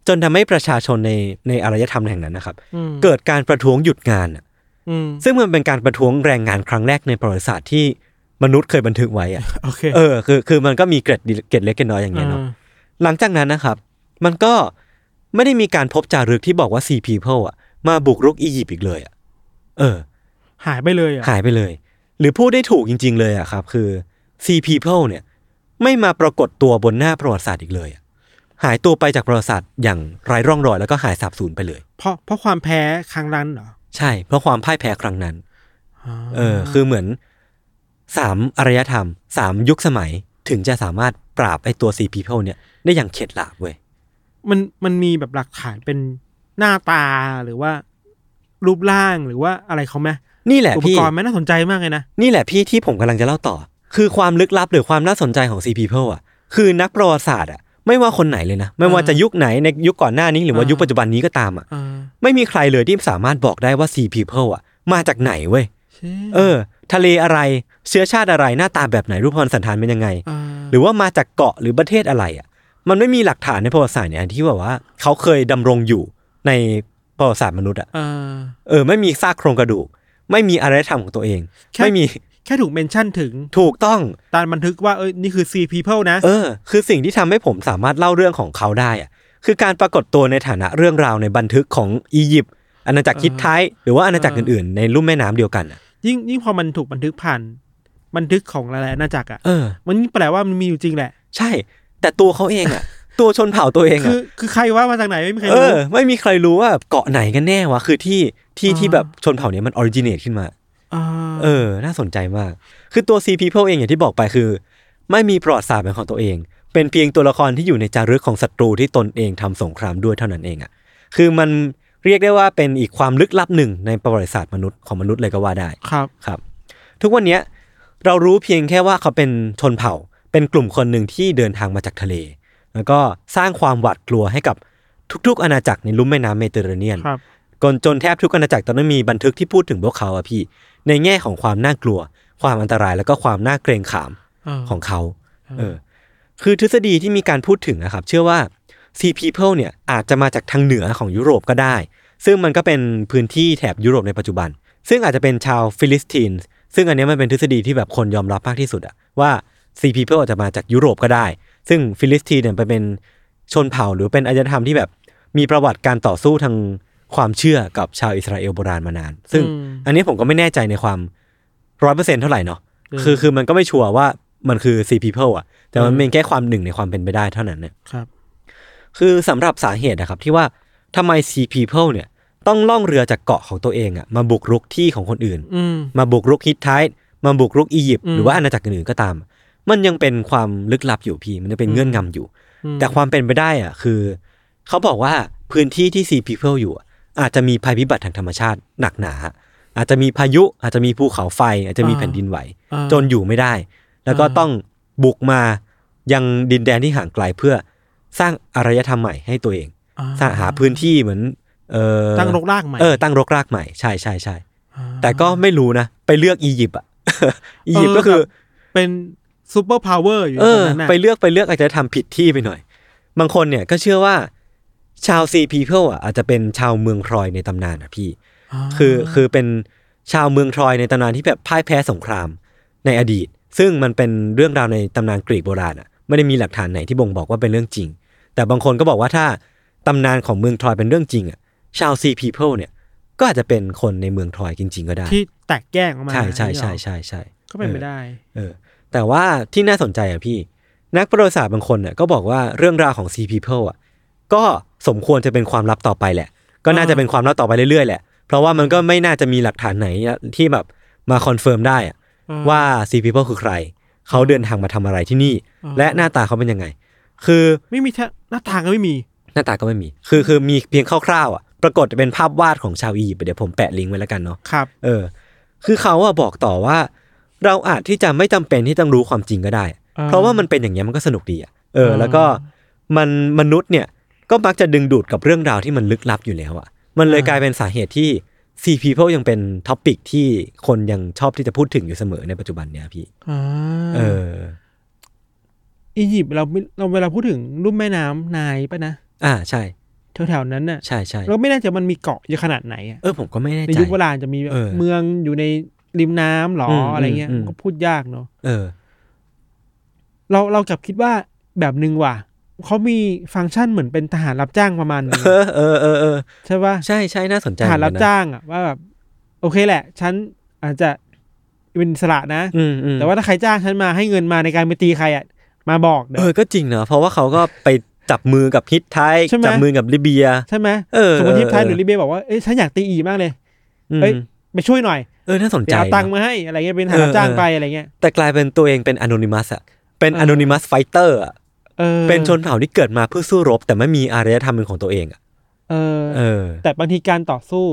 จนทำให้ประชาชนในในอารยธรรมแห่งนั้นนะครับ
อืม
เกิดการประท้วงหยุดงานอะ
อืม
ซึ่งมันเป็นการประท้วงแรงงานครั้งแรกในประวัติศาสตร์ที่มนุษย์เคยบันทึกไว้อะ
โอเค
เออคือคือมันก็มีเกร็ดดีเกร็ดเล็กเกร็ดน้อยอย่างเงี้ยเนาะ
อ่า
หลังจากนั้นนะครับ มันก็ไม่ได้มีการพบจารึกที่บอกว่าซีพีเพอ่ะมาบุกรุกอียิปต์อีกเลยอ่ะเออ
หายไปเลยอ่ะ
หายไปเลย หรือพูดได้ถูกจริง ๆ เลยอ่ะครับ คือซีพีเพเนี่ย ไม่มาปรากฏตัวบนหน้าประวัติศาสตร์อีกเลยอะหายตัวไปจากประวัติศาสตร์อย่างไร้ร่องรอยแล้วก็หายสาบสูญไปเลย
เพราะเพราะความแพ้ครั้งนั้นเหรอ
ใช่ เพราะความพ่ายแพ้ครั้งนั้น
อ่า
เออคือเหมือนสามอารยธรรมสามยุคสมัยถึงจะสามารถปราบไอตัวซีพีเพลเนี่ยได้อย่างเข็ดหลาบเว้ย
มันมันมีแบบหลักฐานเป็นหน้าตาหรือว่า รูปร่างหรือว่าอะไรเขาไหม
นี่แหละ
อุป
พี่
กรณ์ไหมน่าสนใจมากเลยนะ
นี่แหละพี่ที่ผมกำลังจะเล่าต่อ คือความลึกลับหรือความน่าสนใจของซีพีเพลอ่ะ คือนักประวัติศาสตร์อ่ะไม่ว่าคนไหนเลยนะ ไม่ว่าจะยุคไหนในยุคก่อนหน้านี้หรือว่า
อ่ายุ
ยุคปัจจุบันนี้ก็ตามอ่ะ
อ่า
ไม่มีใครเลยที่สามารถบอกได้ว่าซีพีเพลอ่ะมาจากไหนเว้ย
เชี่ย
เออ ทะเลอะไรเชื้อชาติอะไรหน้าตาแบบไหนรูปพรรณสันฐานเป็นยังไง
า
หรือว่ามาจากเกาะหรือประเทศอะไรอ่ะ มันไม่มีหลักฐานในประวัติศาสตร์เนี่ยที่แบบว่าเขาเคยดำรงอยู่ในประวัติศาสตร์มนุษย์อ่ะ
อ่า
เออไม่มีซากโครงกระดูก ไม่มีอารยธรรมของตัวเอง
แค่
ไม่มี
แค่ถูกเมนชั่นถึง
ถูกต้อง
ตามบันทึกว่าเอ้ยนี่คือ C people นะ
เออ คือสิ่งที่ทำให้ผมสามารถเล่าเรื่องของเขาได้อ่ะ คือการปรากฏตัวในฐานะเรื่องราวในบันทึกของอียิปต์อาณาจักรคิดไทยหรือว่าอาณาจักรอื่นๆ ในลุ่มแม่น้ำเดียวกันอ่ะ
ยิ่งยิ่งพอมันถูกบันทึกผ่าน บันทึกของหลายๆอาณาจักรอ่ะ
เออ
มันยิ่งแปลว่ามันมีอยู่จริงแหละ
ใช่ แต่ตัวเขาเองอ่ะ ตัวชนเผ่าตัวเอง
คื
อ่ะ
อคือใครว่ามาจากไหนไม่มีใคร
เอ
รู้
อไม่มีใครรู้ว่าเกาะไหนกันแน่วะคือที่ที่
อ่า
ที่แบบชนเผ่าเนี้ยมันออริจินเนตขึ้นมา
อ่า
เออ น่าสนใจมาก คือตัว Sea People เองอย่างที่บอกไปคือ ไม่มีประวัติศาสตร์เป็นของตัวเอง เป็นเพียงตัวละครที่อยู่ในจารึกของศัตรูที่ตนเองทำสงครามด้วยเท่านั้นเองอ่ะคือมันเรียกได้ว่าเป็นอีกความลึกลับหนึ่งในประวัติศาสตร์มนุษย์ของมนุษย์เลยก็ว่าได้
ครับ
ครับทุกวันเนี้ยเรารู้เพียงแค่ว่าเขาเป็นชนเผ่า เป็นกลุ่มคนหนึ่งที่เดินทางมาจากทะเล แล้วก็สร้างความหวาดกลัวให้กับทุกๆ อาณาจักรในลุ่มแม่น้ำเมดิเตอร์เรเนียน
ครับ
จนจนแทบทุกอาณาจักรตอนนั้นมีบันทึกที่พูดถึงพวกเขาอะพี่ ในแง่ของความน่ากลัว ความอันตรายแล้วก็ความน่าเกรงขาม
เออ
ของเขา
อ่า
เออ คือทฤษฎีที่มีการพูดถึงนะครับ เชื่อว่า Sea People เนี่ยอาจจะมาจากทางเหนือของยุโรปก็ได้ ซึ่งมันก็เป็นพื้นที่แถบยุโรปในปัจจุบัน ซึ่งอาจจะเป็นชาวฟิลิสตินส์ซึ่งอันเนี้ยมันเป็นทฤษฎีที่แบบคนยอมรับมากที่สุดอะว่า Sea People อาจจะมาจากยุโรปก็ได้ ซึ่งฟิลิสตีนเนี่ยไปเป็นชนเผ่าหรือเป็นอารยธรรมที่แบบมีประวัติการต่อสู้ทางความเชื่อกับชาวอิสราเอลโบราณมานาน ซึ่ง
อืม
อันนี้ผมก็ไม่แน่ใจในความ ร้อยเปอร์เซ็นเท่าไหร่เนาะ
เออ
คือ คือมันก็ไม่ชัวร์ว่ามันคือ sea people อ่ะ แต่มัน
เออ
เป็นแค่ความหนึ่งในความเป็นไปได้เท่านั้นเนี่ย
ครับ
คือสำหรับสาเหตุนะครับที่ว่าทำไม Sea People เนี่ยต้องล่องเรือจากเกาะของตัวเองอะมาบุกรุกที่ของคนอื่น
อืม
มาบุกรุกฮิตไทส์มาบุกรุกอียิปต์
อืม
หรือว่าอาณาจักรอื่นๆก็ตาม มันยังเป็นความลึกลับอยู่พี่ มันยังเป็นเงื่อนงำอยู่
อืม
แต่ความเป็นไปได้อ่ะคือ เขาบอกว่าพื้นที่ที่ซีพีเพิลอยู่อะอาจจะมีภัยพิบัติทางธรรมชาติหนักหนา อาจจะมีพายุอาจจะมีภูเขาไฟ อาจจะมีแผ่นดินไหว
อ่า
จนอยู่ไม่ได้ แล้วก็
อ่า
ต้องบุกมายังดินแดนที่ห่างไกลเพื่อสร้างอารยธรรมใหม่ให้ตัวเอง
อ่
สร้างหาพื้นที่เหมือนเออ
ตั้งรกรากใหม่
เออตั้งรกรากใหม่ใช่ใช่ใช่
อ่า
แต่ก็ไม่รู้นะ ไปเลือกอียิปต์อ่ะ อียิปต์ก็คือ
เป็นซูเปอร์พาวเวอร์อยู่
เอ
ต
อ
อนนั้นน่ะ
ไปเลือกไปเลือกอาจจะทำผิดที่ไปหน่อย บางคนเนี่ยก็เชื่อว่าชาวซีพีเพิลอ่ะอาจจะเป็นชาวเมืองทรอยในตำนานนะพี่
า
คือคือเป็นชาวเมืองทรอยในตำนานที่แบบพ่ายแพ้สงครามในอดีต ซึ่งมันเป็นเรื่องราวในตำนานกรีกโบราณอ่ะไม่ได้มีหลักฐานไหนที่บ่งบอกว่าเป็นเรื่องจริง แต่บางคนก็บอกว่าถ้าตำนานของเมืองทรอยเป็นเรื่องจริงอ่ะชาวซีพีเพิลเนี่ยก็อาจจะเป็นคนในเมืองทรอยจริง ๆ ก็ได้
ที่แตกแยกออกมา
ใช่ใช่
นี่หรอ
ใช่ใช่ใช่
ก็เป็นไปได้
เออ แต่ว่าที่น่าสนใจอ่ะพี่ นักประวัติศาสตร์บางคนน่ะก็บอกว่าเรื่องราวของ Sea People อ่ะก็สมควรจะเป็นความลับต่อไปแหละ ก็น่าจะเป็นความลับต่อไปเรื่อยๆแหละ เพราะว่ามันก็ไม่น่าจะมีหลักฐานไหนที่แบบมาคอนเฟิร์มได้อ่ะ
เออ
ว่า Sea People คือใคร เขาเดินทางมาทำอะไรที่นี่ และหน้าตาเขาเป็นยังไง คือ
ไม่มีทะหน้าทางก็ไม่มี
หน้าตาก็ไม่มี คือคือมีเพียงคร่าวๆอ่ะ ปรากฏเป็นภาพวาดของชาวอียิปต์เดี๋ยวผมแปะลิงก์ไว้แล้วกันเนาะ
ครับ
เออ คือเขาอะบอกต่อว่า เราอาจที่จะไม่จำเป็นที่ต้องรู้ความจริงก็ได้
อ่า
เพราะว่ามันเป็นอย่างเงี้ยมันก็สนุกดีอะเออ
อ่า
แล้วก็มันมนุษย์เนี่ยก็มักจะดึงดูดกับเรื่องราวที่มันลึกลับอยู่แล้วอะมันเลยกลายเป็นสาเหตุที่ Sea People ยังเป็นท็อปิกที่คนยังชอบที่จะพูดถึงอยู่เสมอในปัจจุบันเนี่ยพี่
อ่า
เออ
อียิปต์เราไม่เราเวลาพูดถึงรุ่มแม่น้ำไนายปะนะ
อ่าใช่
แถวๆนั้นน่ะ
ใช่ใช่
เราไม่แน่ใจมันมีเกาะเยอะขนาดไหนอะ
เออผมก็ไม่แน่
ใน
ใจ
ยุคโบราณจะมีแบบ
เออ
เมืองอยู่ในริมน้ำหรอ
อืม
อะไรเงี้ย
อืม
มันก็พูดยากเนาะ
เออ
เราเรากลับคิดว่าแบบนึงว่ะเขามีฟังก์ชันเหมือนเป็นทหารรับจ้างประมาณนึง
เออเออเออเออ
ใช่ปะ
ใช่ใช่น่าสนใจ
ทหารรับ
เหมือนกันนะ
จ้างอะว่าแบบโอเคแหละ ฉันอาจจะเป็นอิสระนะ
อืมอืม
แต่ว่าถ้าใครจ้างฉันมาให้เงินมาในการไปตีใครอ่ะมาบอกเดี๋ย
เอ
ว
อ ก็จริงนะ เพราะว่าเขาก็ไปจับมือกับฮิตไทย
ใช่ไหม
จับมือกับลิเบีย
ใช่ไหม
เออ
สมมติทีมไทยหรือ
เออ
ลิเบียบอกว่าเอ้ยฉันอยากตีอีมากเลย
อืม
เอ้ย ไปช่วยหน่อย
เออ น่าสน
ไป
ใจ
เอาตังค์
นะ
มาให้อะไรเงี้ยเป็นทหาร
เออ
รับจ้าง
เออ
ไปอะไรเงี้ย
แต่กลายเป็นตัวเองเป็นอนอนิมัสอะเป็น
เอ
อ
อ
นอนิมัสไฟเตอร์อะ
เออ
เป็นชนเผ่าที่เกิดมาเพื่อสู้รบ แต่ไม่มีอารยธรรมเป็นของตัวเองอะ
เออ
เออ
แต่บางทีการต่อสู้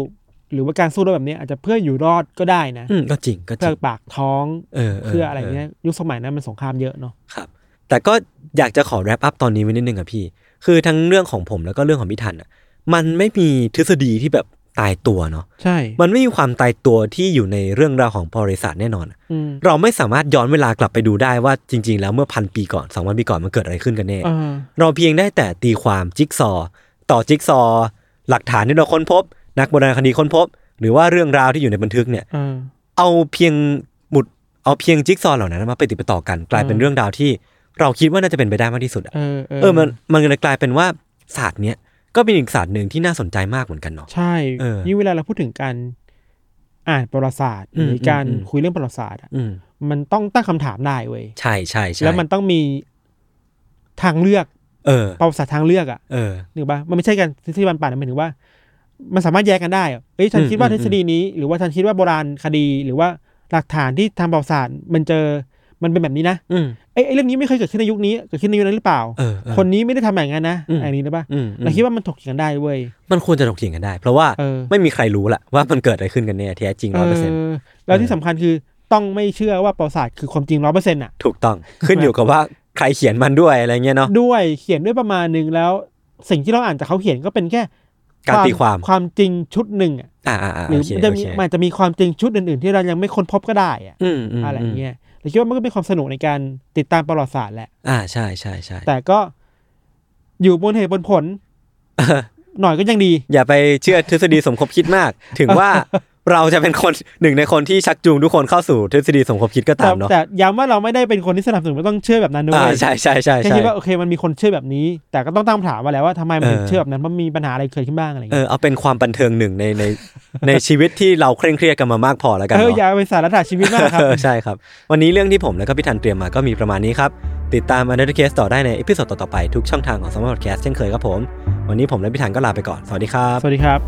หรือว่าการสู้รบแบบเนี้ยอาจจะเพื่ออยู่รอดก็ได้นะ
อืมก็จริง ก็จ
เพื่
ริ
อง ปากท้อง
เออ
เพื่ออะไรเงี้
ย
ยยุคสมัยนั้นมันสงครามเยอะเนาะ
ครับ แต่ก็อยากจะขอแรปอัพตอนนี้ไว้นิดนึงอะพี่ คือทั้งเรื่องของผมแล้วก็เรื่องของพี่ทันอะมันไม่มีทฤษฎีที่แบบตายตัวเนาะ
ใช่
มันไม่มีความตายตัวที่อยู่ในเรื่องราวของบริษัทแน่นอน
อืม
เราไม่สามารถย้อนเวลากลับไปดูได้ว่าจริง ๆ แล้วเมื่อพันปีก่อนสองพันปีก่อนมันเกิดอะไรขึ้นกันแน่
เออ
เราเพียงได้แต่ตีความจิ๊กซอว์ต่อจิ๊กซอว์หลักฐานที่เราค้นพบ นักโบราณคดีค้นพบ หรือว่าเรื่องราวที่อยู่ในบันทึกเนี่ย
เออ
เอาเพียงหมุดเอาเพียงจิ๊กซอว์เหล่านั้นมาปฏิดปต่อกัน กลายเป็น
อืม
เรื่องราวที่เราคิดว่าน่าจะเป็นไปได้มากที่สุดอะ
เออ
เออมันมันเลยกลายเป็นว่าศาสตร์เนี้ยก็เป็นอีกศาสตร์หนึ่งที่น่าสนใจมากเหมือนกันเนาะ
ใช่
เออ
ยิ่งเวลาเราพูดถึงการอ่านประวัติศาสตร์
อืม
หรือการ
อืมอืม
คุยเรื่องประวัติศาสตร์อะ
อืม
มันต้องตั้งคำถามได้เว้ย
ใช่ใช่ใช่
แล้วมันต้องมีทางเลือก
เออ
ประวัติศาสตร์ทางเลือกอ่ะ
เออ
นึกปะมันไม่ใช่การทฤษฎีบันป่านะหมายถึงว่า มันสามารถแยกกันได้อะเอ้ยฉัน
อืม
คิดว่า
อืม
ทฤษฎีนี้ หรือว่าฉันคิดว่าโบราณคดีหรือว่าหลักฐานที่ทางประวัติศาสตร์ มันเจอมันเป็นแบบนี้นะ
อืม
เอ้ยไอ้เรื่องนี้ไม่เคยเกิดขึ้นในยุคนี้เกิดขึ้นในยุคนั้นหรือเปล่า
เออเออ
คนนี้ไม่ได้ทำอย่างนั้นนะ
อืม
อันนี้นะปะ
อืมอืม
เราคิดว่ามันถกเถียงกันได้เว้ย
มันควรจะถกเถียงกันได้ เพราะว่า
เออ
ไม่มีใครรู้แหละว่ามันเกิดอะไรขึ้นกันแน่แท้จริงร้อยเปอร์เซ็นต์
ออแล้วที่
เออ
สำคัญคือต้องไม่เชื่อว่าประวัติศาสตร์คือความจริงร้อยเปอร์เซ็นต์อ่ะ
ถูก ต้อง ขึ้นอยู่กับว่าใครเขียนมันด้วยอะไรเงี้ยเนาะ
ด้วยเขียนด้วยประมาณหนึ่งแล้ว สิ่งที่เราอ่านจากเขาเขียนก็เป็นแค่
การตีความ
ความจริงชุดหนึ่งอ่ะ
อ่าอ่าอ่า
หรือ
โอเค
มันจะมี
โอเค
มันจะมีความจริงชุดอื่นๆ ที่เรายังไม่ค้นพบก็ได้อ่ะ
อืมอืม
อะไรเงี้ยเราคิดว่ามันก็เป็นความสนุกในการติดตามประวัติศาสตร์แหละ
อ่าใช่ใช่ใช่
แต่ก็อยู่บนเหตุบนผล
เออ
หน่อยก็ยังดี
อย่าไปเชื่อทฤษฎีสมคบคิด มาก ถึงว่าเราจะเป็นคนหนึ่งในคนที่ชักจูงทุกคนเข้าสู่ทฤษฎีสมคบคิดก็
แต่
ตามเนาะ
แต่ย้ำว่าเราไม่ได้เป็นคนที่สนับสนุนว่าต้องเชื่อแบบนั้นด้ว
อ่าย ใช่ใช่ใช่
แค่
ใช่
คิดว่าโอเคมันมีคนเชื่อแบบนี้ แต่ก็ต้องตั้งคำถามมาแหล้วว่าทำไมมันถึง
เออ
เชื่อแบบนั้นเพราะมีปัญหาอะไรเกิดขึ้นบ้างอะไรเงี้ย
เออเอาเป็นความบันเทิงหนึ่งในในในชีวิตที่เราเคร่งเครียดกันมามากพอแล้วกัน
เออ
เนาะ
อย่าเอาไป็นสาระชีวิตมากครับ
เออใช่ครับ วันนี้เรื่องที่ผมและก็พี่ทันเตรียมมาก็มีประมาณนี้ครับ ติดตาม u n d e r t a s e ต่อได้ในเอพิโซดต่อๆไปทุกช่องทางของ s ม m e r Podcast เช่นเคยครับผม วันนี้ผมและพี่ธันก็ลาไปก่อน สวัสดีครับ
สวัสดีครับ